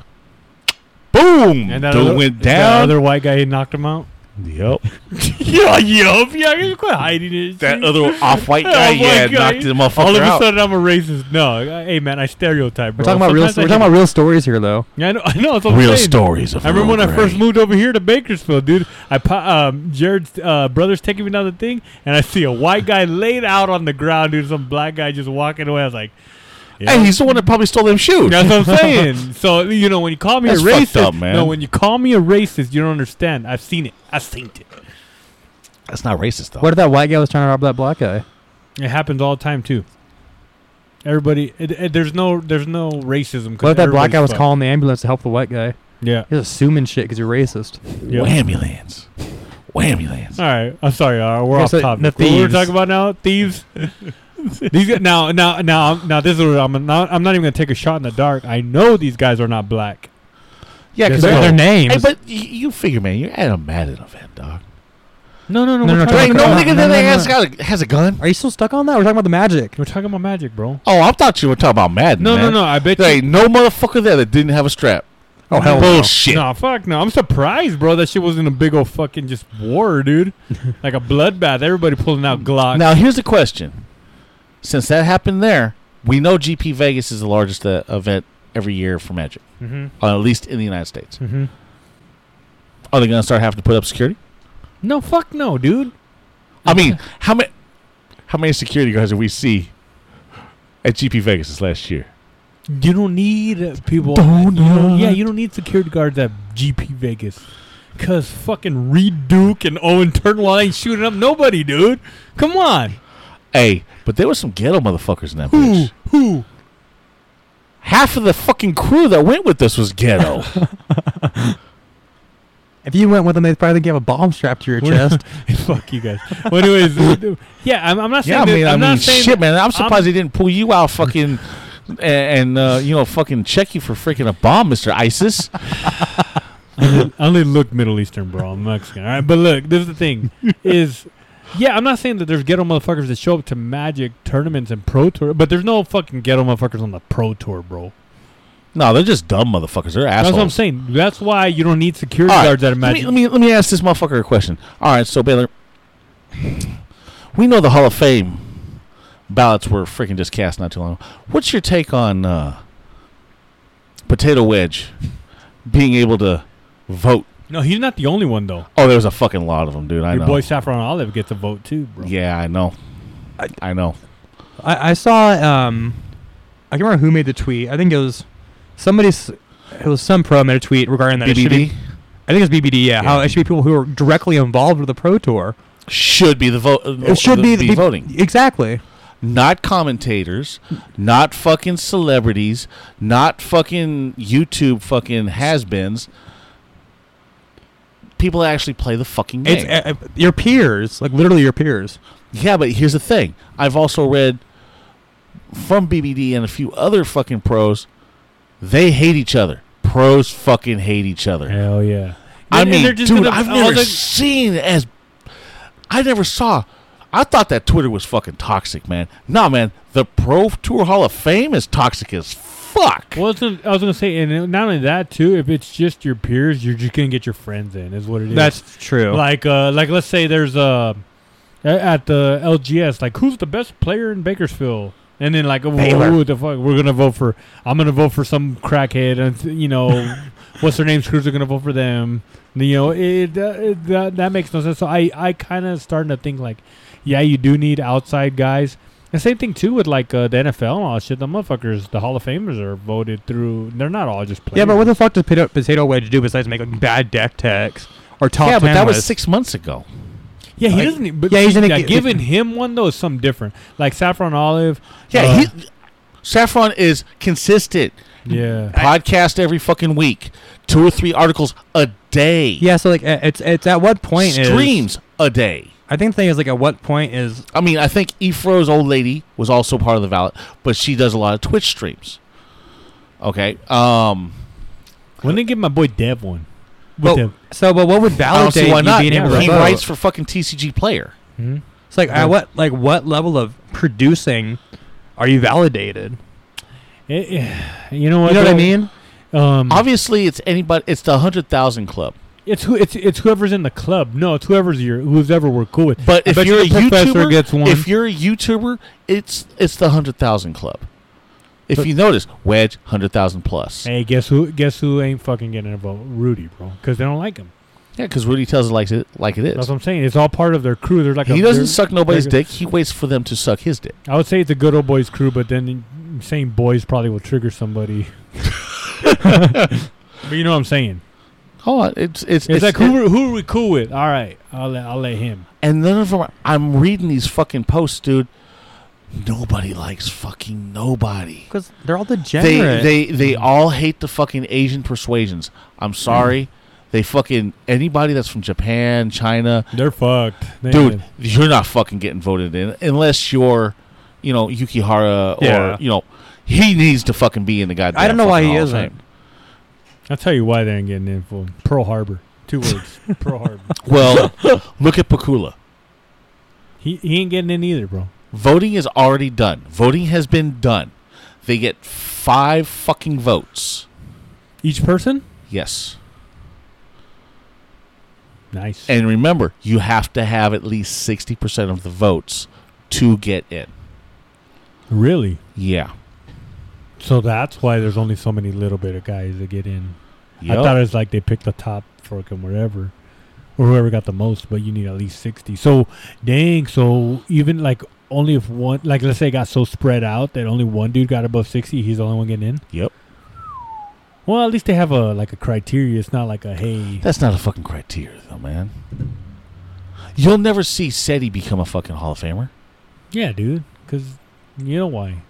boom. And And that Dude other- went That down. other white guy, he knocked him out. yep. <laughs> yeah, yup, yeah. You quit hiding it. That other off-white <laughs> Oh, guy, my yeah, God. knocked the motherfucker All of a out. sudden, I'm a racist. No, I- hey man, I stereotype. <laughs> We're Bro. talking about real. Sometimes I We're talking get- about real stories here, though. Yeah, I know. I know. That's what I'm Real saying. stories of I remember when Earl I first Grey. moved over here to Bakersfield, dude. I pa- um, Jared's uh, brother's taking me down the thing, and I see a white guy laid out on the ground, dude. Some black guy just walking away. I was like, yeah. Hey, he's the one that probably stole them shoes. That's <laughs> what I'm saying. So you know, when you call me That's a fucked racist, up, man. no, when you call me a racist, you don't understand. I've seen it. I've seen it. That's not racist though. What if that white guy was trying to rob that black guy? It happens all the time too. Everybody, it, it- there's no, there's no racism. 'cause What if that black everybody's guy was fucked. calling the ambulance to help the white guy? Yeah. He's assuming shit because you're racist. yeah. Whamulance. Whamulance. All right, I'm sorry. Uh, we're Okay, off so topic. the what we're thieves. talking about now, thieves. these guys, now, now, now, now. This is what I'm not. I'm not even gonna take a shot in the dark. I know these guys are not black. Yeah, Yes, because So- Their, they're, their they names. Hey, but y- you figure, man, you're at a Madden event, dog. No, no, no. No, we're, There no, talking, ain't no no, nigga no, that no, has, no. got a, has a gun. Are you still stuck on that? We're talking about the magic. we're talking about magic, bro. Oh, I thought you were talking about Madden. No, no, man. no. I bet There you. ain't no motherfucker there that didn't have a strap. Oh hell no. Bullshit. No, fuck no. I'm surprised, bro. That shit wasn't a big old fucking just war, <laughs> dude. like a bloodbath. Everybody pulling out Glock. Now, here's the question. Since that happened there, we know GP Vegas is the largest uh, event every year for Magic, hmm uh, at least in the United States. Mm-hmm. hmm Are they going to start having to put up security? No, fuck no, dude. I mean, how many how many security guards did we see at GP Vegas this last year? You don't need uh, people. Donut. you don't- yeah, you don't need security guards at GP Vegas. Cause fucking Reed Duke and Owen Turnwell ain't shooting up nobody, dude. Come on. Hey, but there were some ghetto motherfuckers in that Who? bitch. Who? Half of the fucking crew that went with us was <laughs> ghetto. If you went with them, they'd probably give a bomb strapped to your We're- chest. <laughs> fuck you guys. <laughs> Well, anyways, yeah, I'm, I'm not saying. yeah, I that- mean, I I'm mean, not saying. shit, man. I'm surprised they didn't pull you out, fucking, and, and uh, you know, fucking check you for freaking a bomb, Mister <laughs> ISIS. I only look Middle Eastern, bro. I'm Mexican. All right, but look, this is <laughs> the thing: is yeah, I'm not saying that there's ghetto motherfuckers that show up to Magic tournaments and pro tour, but there's no fucking ghetto motherfuckers on the pro tour, bro. no, they're just dumb motherfuckers. They're assholes. That's what I'm saying. That's why you don't need security All right, guards at a Let me, Magic. let me let me ask this motherfucker a question. All right, so Baylor, we know the Hall of Fame ballots were freaking just cast not too long. ago. What's your take on uh, Potato Wedge being able to vote? no, he's not the only one though. Oh, there was a fucking lot of them, dude. I Your know. boy Saffron Olive gets a vote too, bro. yeah, I know. I, I- know. <laughs> I, I saw. Um, I can't remember who made the tweet. I think it was somebody. s- It was some pro made a tweet regarding that. It should be, BBB. I think it's BBD. Yeah, how Yeah. it should be people who are directly involved with the pro tour. Should be the vote. It should be, the peop- voting, exactly. not commentators, not fucking celebrities, not fucking YouTube fucking has-beens. People that actually play the fucking game. It's uh, uh, your peers, like literally your peers. Yeah, but here's the thing. I've also read from BBD and a few other fucking pros, they hate each other. Pros fucking hate each other. Hell yeah. I And- and mean, they're dude, just gonna- I've all never the- seen as I never saw. I thought that Twitter was fucking toxic, man. Nah, man, the Pro Tour Hall of Fame is toxic as fuck. Well, I was, gonna, I was gonna say, and not only that too. If it's just your peers, you're just gonna get your friends in. Is what it is. That's true. like, uh, like let's say there's uh, a- at the LGS, like who's the best player in Bakersfield, and then like, Baylor. who the fuck, we're gonna vote for. I'm gonna vote for some crackhead, and you <laughs> know, what's their name? Screws are gonna vote for them. You know, it, uh, it that, that makes no sense. So I, I kind of starting to think like, yeah, you do need outside guys. The same thing too with like uh, the NFL and all that shit. The motherfuckers, the Hall of Famers are voted through. They're not all just players. yeah, but what the fuck does potato, potato wedge do besides make like, bad deck techs or top? yeah, but 10 that was lists? six months ago. Yeah, he Like- doesn't. e- But Yeah, he's gonna yeah, get- giving him one though is something different. Like saffron olive. Yeah, uh, he, Saffron is consistent. yeah. Podcast every fucking week, two or three articles a day. Yeah, so like uh, it's it's at what point is- streams a day. I think the thing is like at what point is I mean, I think Ephro's old lady was also part of the ballot, but she does a lot of Twitch streams. Okay. Um, When they give my boy Dev one. Well, so? But what would I don't validate see why you not. being able Yeah, to he vote? writes for fucking TCG player. Hmm? it's like at what like what level of producing are you validated? Eh, eh, you know what? you know what I though? mean? Um, Obviously, it's anybody. It's the hundred thousand club. it's who it's it's whoever's in the club. No, it's whoever's your whoever we're cool with. But I if bet you you're a the professor YouTuber, gets one. if you're a YouTuber, it's it's the hundred thousand club. If But- you notice, Wedge hundred thousand plus. Yeah, Hey, guess who? Guess who ain't fucking getting a vote? Rudy, bro, because they don't like him. because Rudy tells it like it like it That's is. what I'm saying. It's all part of their crew. They're like a, He doesn't they're- suck nobody's they're- dick. He waits for them to suck his dick. I would say it's a good old boys crew, but then saying boys probably will <laughs> trigger somebody. <laughs> but you know what I'm saying. Oh, it's it's It's, like who, are- who are we cool with? All right, I'll let, I'll let him. And none of them. Are, I'm reading these fucking posts, dude. Nobody likes fucking nobody. Because they're all They degenerate. they they all hate the fucking Asian persuasions. I'm sorry. They fucking anybody that's from Japan, China, They're fucked, They- dude. You're not fucking getting voted in unless you're, you know, Yukihara or Yeah. you know, he needs to fucking be in the goddamn. I don't know why fucking he Hall of isn't. Fame. I'll tell you why they ain't getting in for Pearl Harbor. Two <laughs> words, Pearl Harbor. Well, <laughs> look at Pakula. He he ain't getting in either, bro. Voting is already done. Voting has been done. They get five fucking votes. Each person, Yes. nice. And remember, you have to have at least 60% of the votes to get in. really? Yeah. So that's why there's only so many little bit of guys that get in. Yep. I thought it was like they picked the top fucking wherever, or whoever got the most. But you need at least sixty. So dang. So even like only if one, like let's say, it got so spread out that only one dude got above sixty, he's the only one getting in. Yep. Well, at least they have a like a criteria. It's not like a hey. That's not a fucking criteria, though, man. You'll never see SETI become a fucking Hall of Famer. Yeah, dude. Because you know why?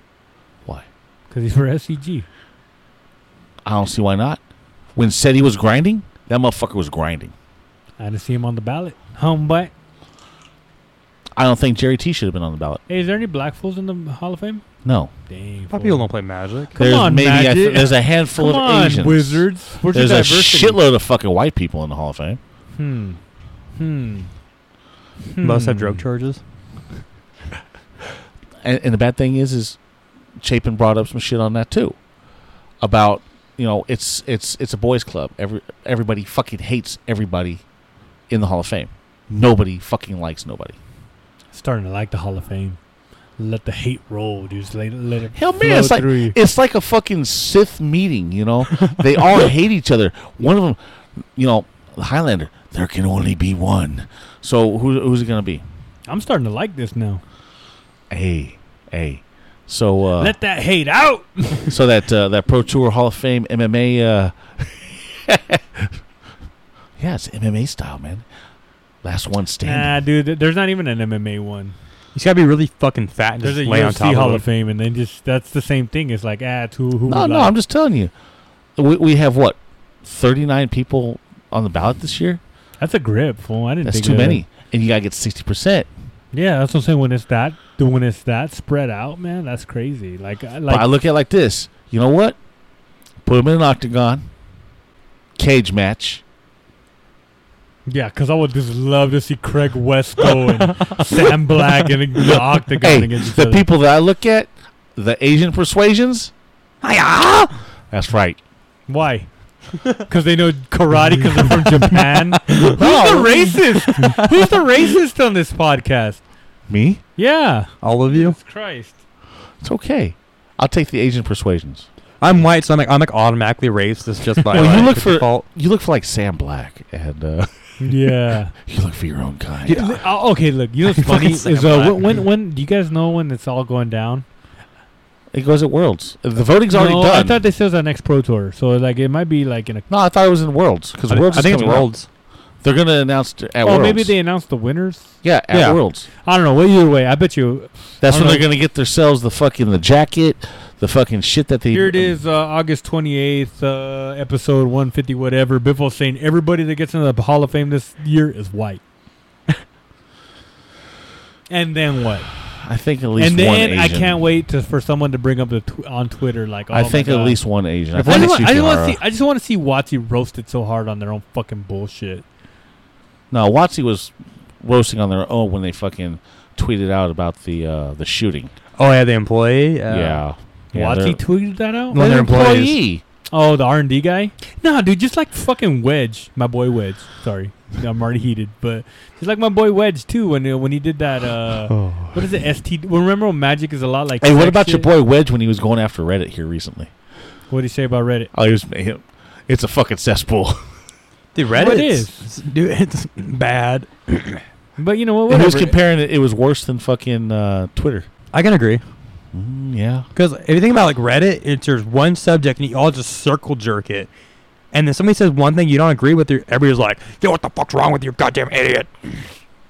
Why? Because he's for SCG. I don't see why not. When SETI was grinding, that motherfucker was grinding. I didn't see him on the ballot. Home but I don't think Jerry T should have been on the ballot. Hey, is there any black fools in the Hall of Fame? No. Dang. Fuck, fool. people don't play Magic. Come there's on, maybe I th- Magic. there's a handful Come of on, Asians. Wizards. Where's There's your a diversity? shitload of fucking white people in the Hall of Fame. Hmm. Hmm. Most have Hmm. drug charges. and, and the bad thing is is Chapin brought up some shit on that too about you know it's it's it's a boys club every everybody fucking hates everybody in the Hall of Fame nobody fucking likes nobody Starting to like the Hall of Fame. Let the hate roll, dude. Just let, let it Hell, man, flow it's like- through you. it's like a fucking Sith meeting you know they all hate each other one of them you know Highlander there can only be one so who, who's it gonna be I'm starting to like this now. hey hey so uh, let that hate out. so that uh, that Pro Tour Hall of Fame MMA uh, <laughs> Yeah, it's MMA style, man. Last one standing. Nah, dude, th- there's not even an MMA one. He's got to be really fucking fat and There's just a lay on UFC top Hall of of, him. Fame, and then just that's the same thing. It's like, ah, it's who who. No, would no, like- I'm just telling you. We, we have what, 39 people on the ballot this year? that's a grip, fool. I didn't. That's think too of many. That. And you got to get 60%. Yeah, that's what I'm saying. When it's that, the- when it's that spread out, man, that's crazy. Like, I- but I like look at it like this. You know what? Put them in an octagon, cage match. yeah, because I would just love to see Craig Wesco and Sam Black in the octagon Hey, against each the other. people that I look at, the Asian persuasions. Hiya! That's right. Why? Because they know karate because they're from Japan. <laughs> Who's No. the racist? Who's the racist on this podcast? Me? Yeah, All of you? Christ. It's okay. I'll take the Asian persuasions. I'm white, so I'm like, I'm like automatically racist just by Well, you like, look by for- default. You look for like Sam Black, and uh, <laughs> Yeah. you look for your own kind. Yeah, uh, okay, look, you know what's funny Fucking is Sam uh, Black. wh- when when do you guys know when it's all going down? It goes at Worlds. The voting's already no, done. I thought they said it was our next pro tour, so like it might be like in a. no, I thought it was in Worlds because I, thi- Worlds. I think is it's coming up. worlds. They're gonna announce it at oh, Worlds. maybe they announced the winners. Yeah, at Yeah. Worlds. I don't know. Well, either way, I bet you. That's I when don't they're gonna get themselves the fucking the jacket, the fucking shit that they. um, Here it is, uh, August twenty eighth, uh, episode one fifty, whatever. Biffle saying everybody that gets into the Hall of Fame this year is white. <laughs> and then what? I think at least and one then I Asian. can't wait to, for someone to bring up the tw- on Twitter like. Oh I my think at God. least one Asian. I, I think I just, it's want, I just want to Yukihara. see. I just want to see Watsy roasted so hard on their own fucking bullshit. No, Watsy was roasting on their own when they fucking tweeted out about the uh, the shooting. Oh, yeah, the employee? Uh, yeah. yeah. Watsy they're- tweeted that out. Well, they're their employees. employee. Oh, the R and D guy. No, dude, just like fucking Wedge, my boy Wedge. Sorry, I'm already heated, but just like my boy Wedge too. When uh, when he did <sighs> that, uh, what is it? ST. Well, remember when Magic is a lot like. Oh. Hey, what sex about your shit? boy Wedge when he was going after Reddit here recently? What do you say about Reddit? Oh, he was him. It's a fucking <laughs> cesspool. Dude, What Reddit is? Dude, it's <laughs> bad. But you know what? And he was whatever. comparing it. It was worse than fucking uh, Twitter. I can agree. Mm, yeah. Because if you think about like Reddit, it's there's one subject and you all just circle jerk it. And then somebody says one thing you don't agree with, you're- everybody's like, "Yo, what the fuck's wrong with you, goddamn idiot?"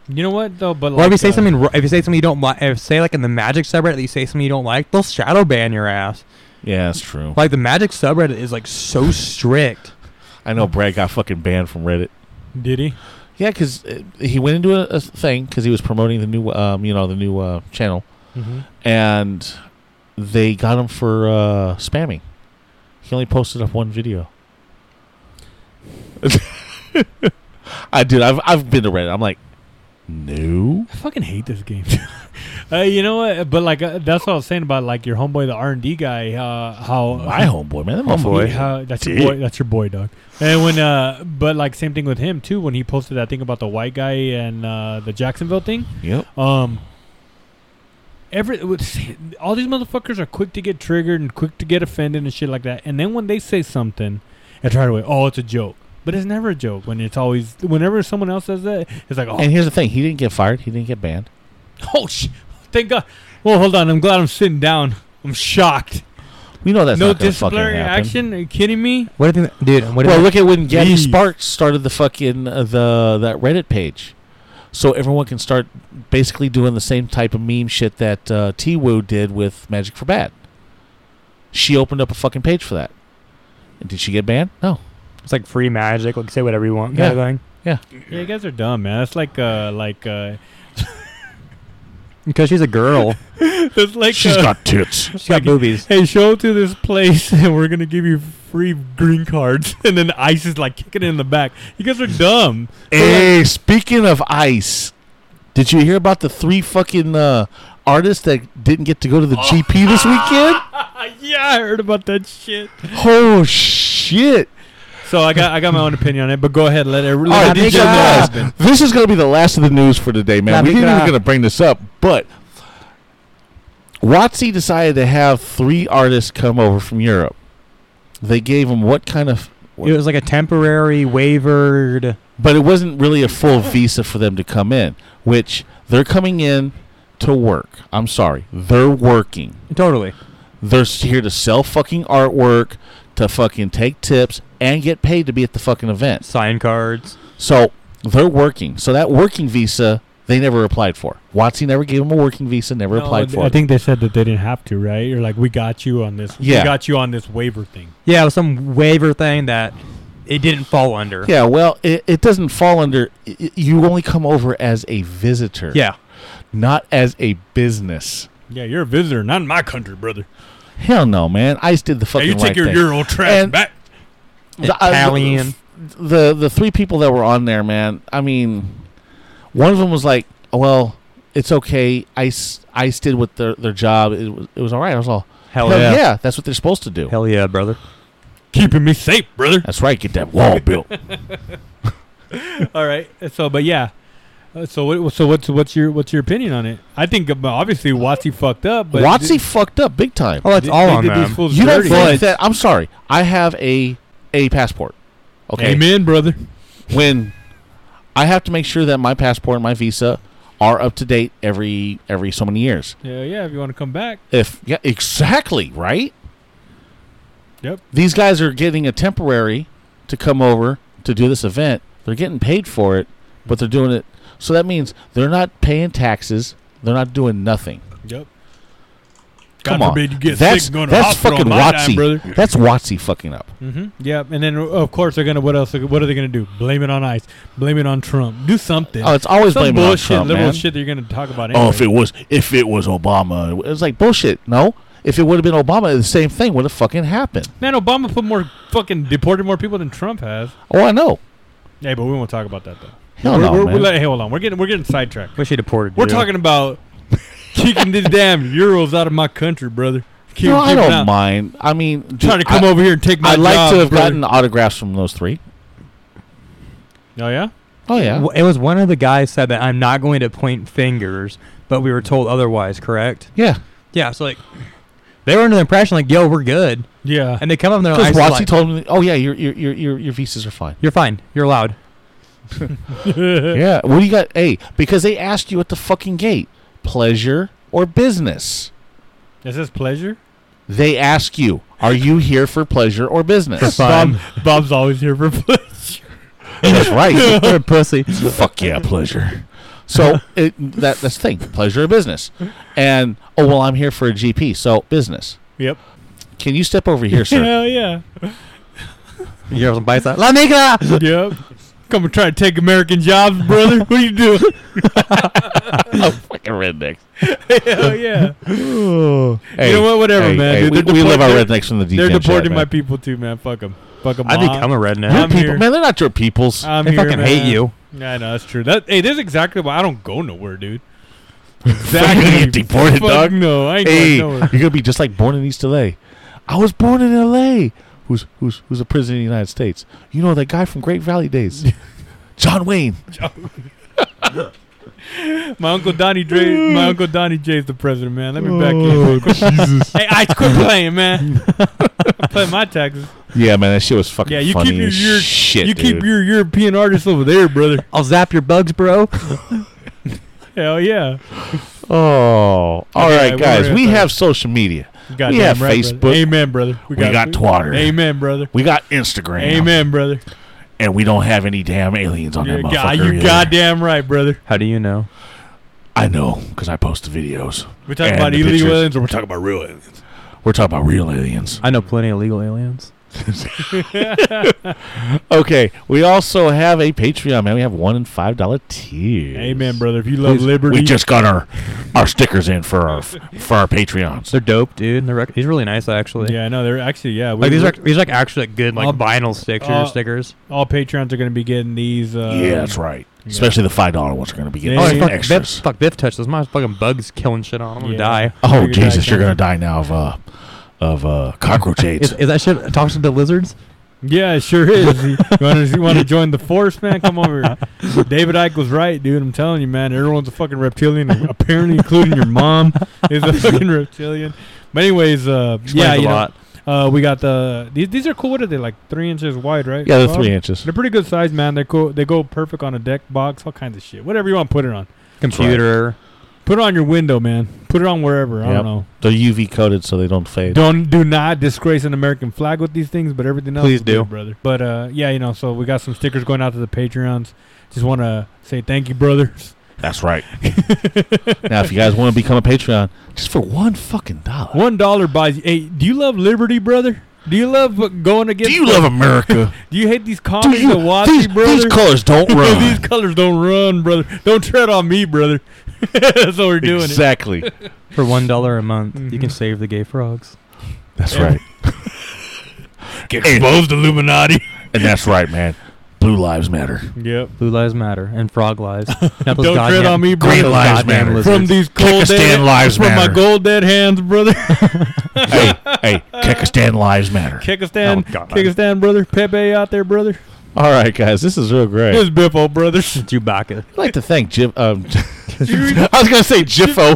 you know what though? But Well, if like, you say uh, something, ro- if you say something you don't like, if say like in the Magic subreddit, you say something you don't like, they'll shadow ban your ass. Yeah, that's true. Like the Magic subreddit is like so strict. I know Brad got fucking banned from Reddit. did he? Yeah, because he went into a, a thing because he was promoting the new, um, you know, the new uh, channel, Mm-hmm. and they got him for uh, spamming. He only posted up one video. <laughs> I dude, I've I've been to Reddit. I'm like, no, I fucking hate this game. <laughs> uh, you know what? But like, uh, that's what I was saying about like your homeboy, the R and D guy. Uh, how my homeboy, man, that He- homeboy. how- that's your Dick. boy. That's your boy, dog. And when, uh, but like same thing with him too. When he posted that thing about the white guy and uh, the Jacksonville thing, Yep. um, every all these motherfuckers are quick to get triggered and quick to get offended and shit like that. And then when they say something, it's right away. Oh, it's a joke. But it's never a joke when it's always whenever someone else says that, it's like oh And here's the thing: he didn't get fired. He didn't get banned. <laughs> Oh, sh- thank God. Well, hold on. I'm glad I'm sitting down. I'm shocked. We know that's no not going to fucking disciplinary happen. action? Are you kidding me? What do you think, dude? What do well, you look at when Gabby Leave. Sparks started the fucking uh, the that Reddit page, so everyone can start basically doing the same type of meme shit that uh, T Woo did with Magic for Bad. She opened up a fucking page for that. And did she get banned? No. it's like free Magic, like say whatever you want, kind Yeah. of thing. Yeah, you guys are dumb, man. That's like, uh, like, <laughs> uh, <laughs> Because she's a <laughs> girl, that's like, She's <laughs> uh, got tits. she's got boobies. hey, show up to this place <laughs> and we're gonna give you free green cards. <laughs> And then ICE is like kicking it in the back. You guys are <laughs> dumb. hey, speaking of ice, did you hear about the three fucking uh, artists that didn't get to go to the GP this weekend? uh, yeah, I heard about that shit. <laughs> Oh shit! So I got, I got my own opinion on it. But go ahead, let it. Let All right, it these be your guys, husband. this is going to be the last of the news for today, man. La we didn't even migra. going to bring this up, but Watsy decided to have three artists come over from Europe. They gave them what kind of, It was like a temporary wavered. but it wasn't really a full visa for them to come in. Which they're coming in to work. I'm sorry, they're working. Totally. They're s- here to sell fucking artwork, to fucking take tips, and get paid to be at the fucking event. Sign cards. So they're working. So that working visa they never applied for. Watsi never gave them a working visa. Never applied for. I it. think they said that they didn't have to, right? You're like, we got you on this. Yeah. We got you on this waiver thing. Yeah, it was some waiver thing that it didn't fall under. yeah. Well, it, it doesn't fall under. i- i- You only come over as a visitor. Yeah. Not as a business. Yeah, you're a visitor, not in my country, brother. Hell no, man. ICE did the Yeah, fucking you take right your, thing. your old trash And- back. uh, Italian. the the three people that were on there, man. I mean, one of them was like, "Oh, "Well, it's okay. Ice Ice did with their their job. It was it was all right." I was all, Oh, Hell, "Hell yeah. yeah, that's what they're supposed to do. Hell yeah, brother. Keeping me safe, brother. That's right. Get that wall built." All right. So, but yeah. Uh, so, what, so what's what's your what's your opinion on it? I think um, obviously Watsy fucked up, but Watsy fucked up big time. Oh, that's They- all they on did these them. fools you don't dirty. think that? I'm sorry. I have a a passport. Okay, Amen, brother. when I have to make sure that my passport and my visa are up to date every every so many years. Yeah, yeah. If you want to come back, If yeah, exactly right. Yep. These guys are getting a temporary to come over to do this event. They're getting paid for it, but they're doing it. So that means they're not paying taxes. They're not doing nothing. yep. Come God on. forbid you get that's sick and go to the that's hospital fucking on my dime, Watsy. brother. That's Watsy fucking up. Mm-hmm. Yeah, and then of course they're gonna. What else? What are they gonna do? Blame it on ICE. Blame it on Trump. Do something. Oh, it's always Some blaming on bullshit, Trump, liberal man. shit that you're gonna talk about. Anyway. Oh, if it was if it was Obama, it was like bullshit. No, if it would have been Obama, the same thing would have fucking happened. man, Obama put more fucking deported more people than Trump has. Oh, I know. Yeah, but we won't talk about that though. Hell we're, no, we're, man. we're like- hey, hold on, we're getting we're getting sidetracked. Wish he deported We're you. talking about kicking these damn euros out of my country, brother. Keep- no, I keep it don't out. mind. I mean, dude, Trying to come I, over here and take my I'd like job, to have brother. gotten autographs from those three. Oh yeah. Oh yeah. W- It was one of the guys said that I'm not going to point fingers, but we were told otherwise, correct? Yeah, Yeah, so like they were under the impression like, yo, we're good. Yeah. And they come up and they're because like, Watsy like, told me, "Oh yeah, your your your your, your visas are fine." you're fine. You're <laughs> allowed. yeah, what do you got? Hey, because they asked you at the fucking gate, pleasure or business? Is this pleasure? They ask you, "Are you here for pleasure or business?" Fine. Bob, Bob's always here for <laughs> pleasure. <laughs> That's right. You're a pussy. Fuck yeah, pleasure. So it, that that's the thing, pleasure or business, and oh well, I'm here for a GP, so business. Yep. Can you step over here, <laughs> sir? Hell yeah. You have some bites out. La mica! yep. Come and try to take American jobs, brother. What are <laughs> you doing? oh, fucking redneck. Hell yeah. <sighs> Hey, you know what? Whatever, hey, man. hey, dude. we, They're we live deport- our they're- rednecks from the deep They're end, deporting man. my people too, man. Fuck them. Fuck them. I become a redneck. Your I'm people, here. man. They're not your peoples. I'm they here, fucking hate man. you. Yeah, I know that's true. That hey, this is exactly why I don't go nowhere, dude. <laughs> Fucking get deported, Fuck dog. No, I ain't hey, going you're nowhere. gonna be just like born in East LA. I was born in LA. Who's who's who's a president of the United States? You know that guy from Great Valley <laughs> days, John Wayne. My uncle Donnie Dre, my uncle Donnie J is the president, man. Let me back Oh. <laughs> in. Jesus. Hey, I quit playing, man. I pay my taxes. Yeah, man, that shit was fucking. Yeah, you funny keep your as Euro- shit. you keep dude. your European artists over there, brother. I'll zap your bugs, bro. Hell yeah. Oh, all Okay, right, we're guys. at We that. have social media. God We damn have right, Facebook. Brother. Amen, brother. We got Twitter. Amen, brother. We got Instagram. Amen, brother. And we don't have any damn aliens on Yeah, that God, motherfucker. you either. goddamn right, brother. How do you know? I know because I post the videos. We're talking And about the illegal pictures. aliens, or we're talking about real aliens. We're talking about real aliens. I know plenty of legal aliens. Okay, we also have a Patreon, man. We have one and five dollar tiers. Amen, brother. If you love liberty, We just got our our stickers in for our for our Patreons. They're dope, dude. They're rec- he's really nice, actually. yeah, no, they're actually yeah. We, Like Um, these we- are these are, like actually like, good like I'll- vinyl stickers uh, stickers. all Patreons are going to be getting these. Uh, yeah, that's right. yeah. Especially the five dollar ones are going to be getting Oh, some fuck, Biff, extras. fuck Biff touched those. My fucking bugs killing shit on. I'm gonna Yeah. die. Oh You're gonna Jesus, die, you're going to cancer. die now of uh of uh cockroach <laughs> Is, AIDS. is that shit talks to the lizards? Yeah, it <laughs> sure is. you want to want to join the force, man? Come over here. David Icke was right, dude. I'm telling you, man. Everyone's a fucking reptilian, apparently, including <laughs> your mom is a fucking reptilian. But anyways, uh, yeah, Explains you a know, lot. Uh, we got the these. These are cool. What are they like? Three inches wide, right? yeah, they're Bob? three inches. They're pretty good size, man. They cool. They go perfect on a deck box, all kinds of shit. Whatever you want, to put it on. right. Computer. Put it on your window, man. Put it on wherever. I Yep. don't know. They're UV coated so they don't fade. Don't do not disgrace an American flag with these things, but everything else, Please is do. good, brother. But uh, yeah, you know, so we got some stickers going out to the Patreons. Just want to say thank you, brothers. That's <laughs> right. now, if you guys want to become a Patreon, just for one fucking dollar. One dollar buys. Hey, do you love liberty, brother? Do you love uh, going against? Do you love <laughs> America? Do you hate these Do commies you? that watch These, brother? these colors don't <laughs> these run. colors don't run, brother. Don't tread on me, brother. <laughs> That's what we're doing. it. exactly. For one dollar a month, you can Mhm. save the gay frogs. That's Yeah. right. <laughs> Get Hey. exposed, Illuminati. And that's right, man. Blue lives <laughs> matter. Yep. Blue lives matter and frog <laughs> lives. Not those Don't tread goddamn- on me, Green brother. those lives goddamn matter. lizards. From these cold Kekistan dead, lives from my matter. gold dead <laughs> hands, brother. hey, hey, Kekistan lives matter. Kekistan, Oh, God. Kekistan, brother. Pepe out there, brother. All right, guys, this is real great. It's Biffo, brothers. Chewbacca. I'd like to thank Jif. Um, <laughs> I was gonna say <laughs> Jiffo.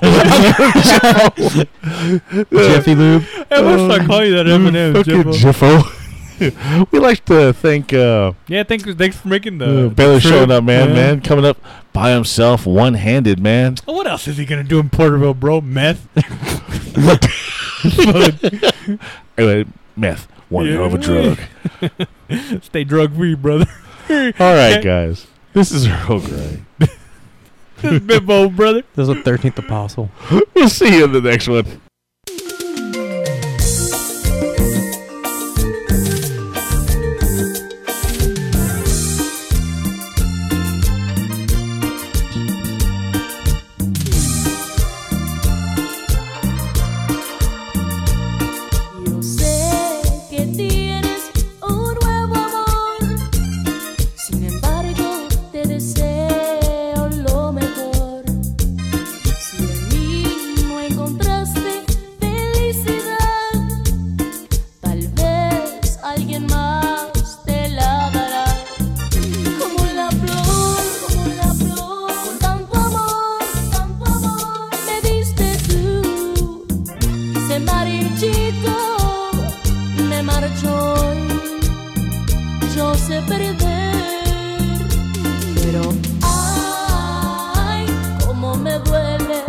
Jiffo. Jiffy Lube. Hey, why should I call you that Eminem, Uh, Fucking Jiffo? Jiffo. <laughs> We'd like to thank uh, Yeah, thanks, thanks for making uh, the. Baylor trip, showing up, man, man, coming up by himself, one-handed, <laughs> man. Oh, what else is he gonna do in Porterville, bro? Meth. <laughs> Anyway, meth, one hell of a Yeah. drug. Stay drug free, brother. <laughs> All right, guys, this is real great. It's Biffo, brother. This is the thirteenth apostle. We'll see you in the next one. Yo sé que tienes un nuevo amor, sin embargo te deseo lo mejor. Si en mí no encontraste felicidad, tal vez alguien más te la dará. Como la flor, como la flor, con tanto amor, tanto amor, me diste tú. Se marchito, me marchó. Yo sé perder, pero ay, cómo me duele.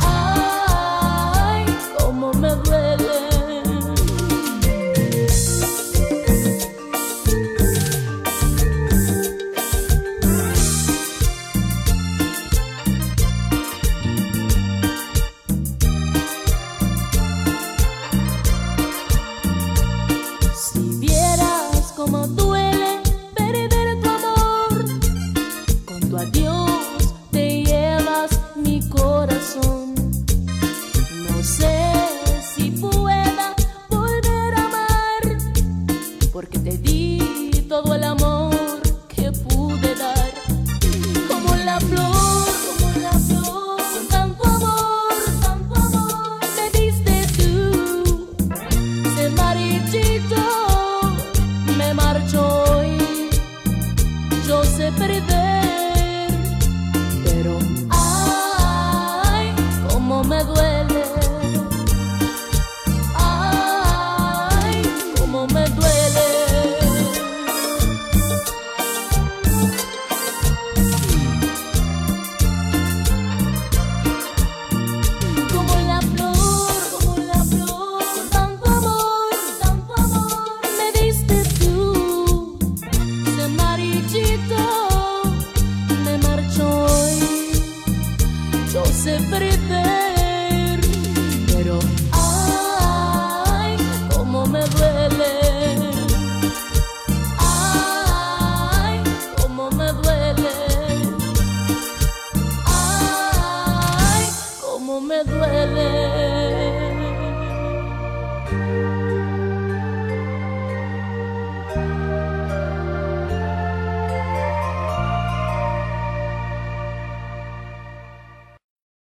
Ay, cómo me duele. Si vieras cómo duele perder tu amor, con tu adiós te llevas mi corazón. No sé si pueda volver a amar, porque te di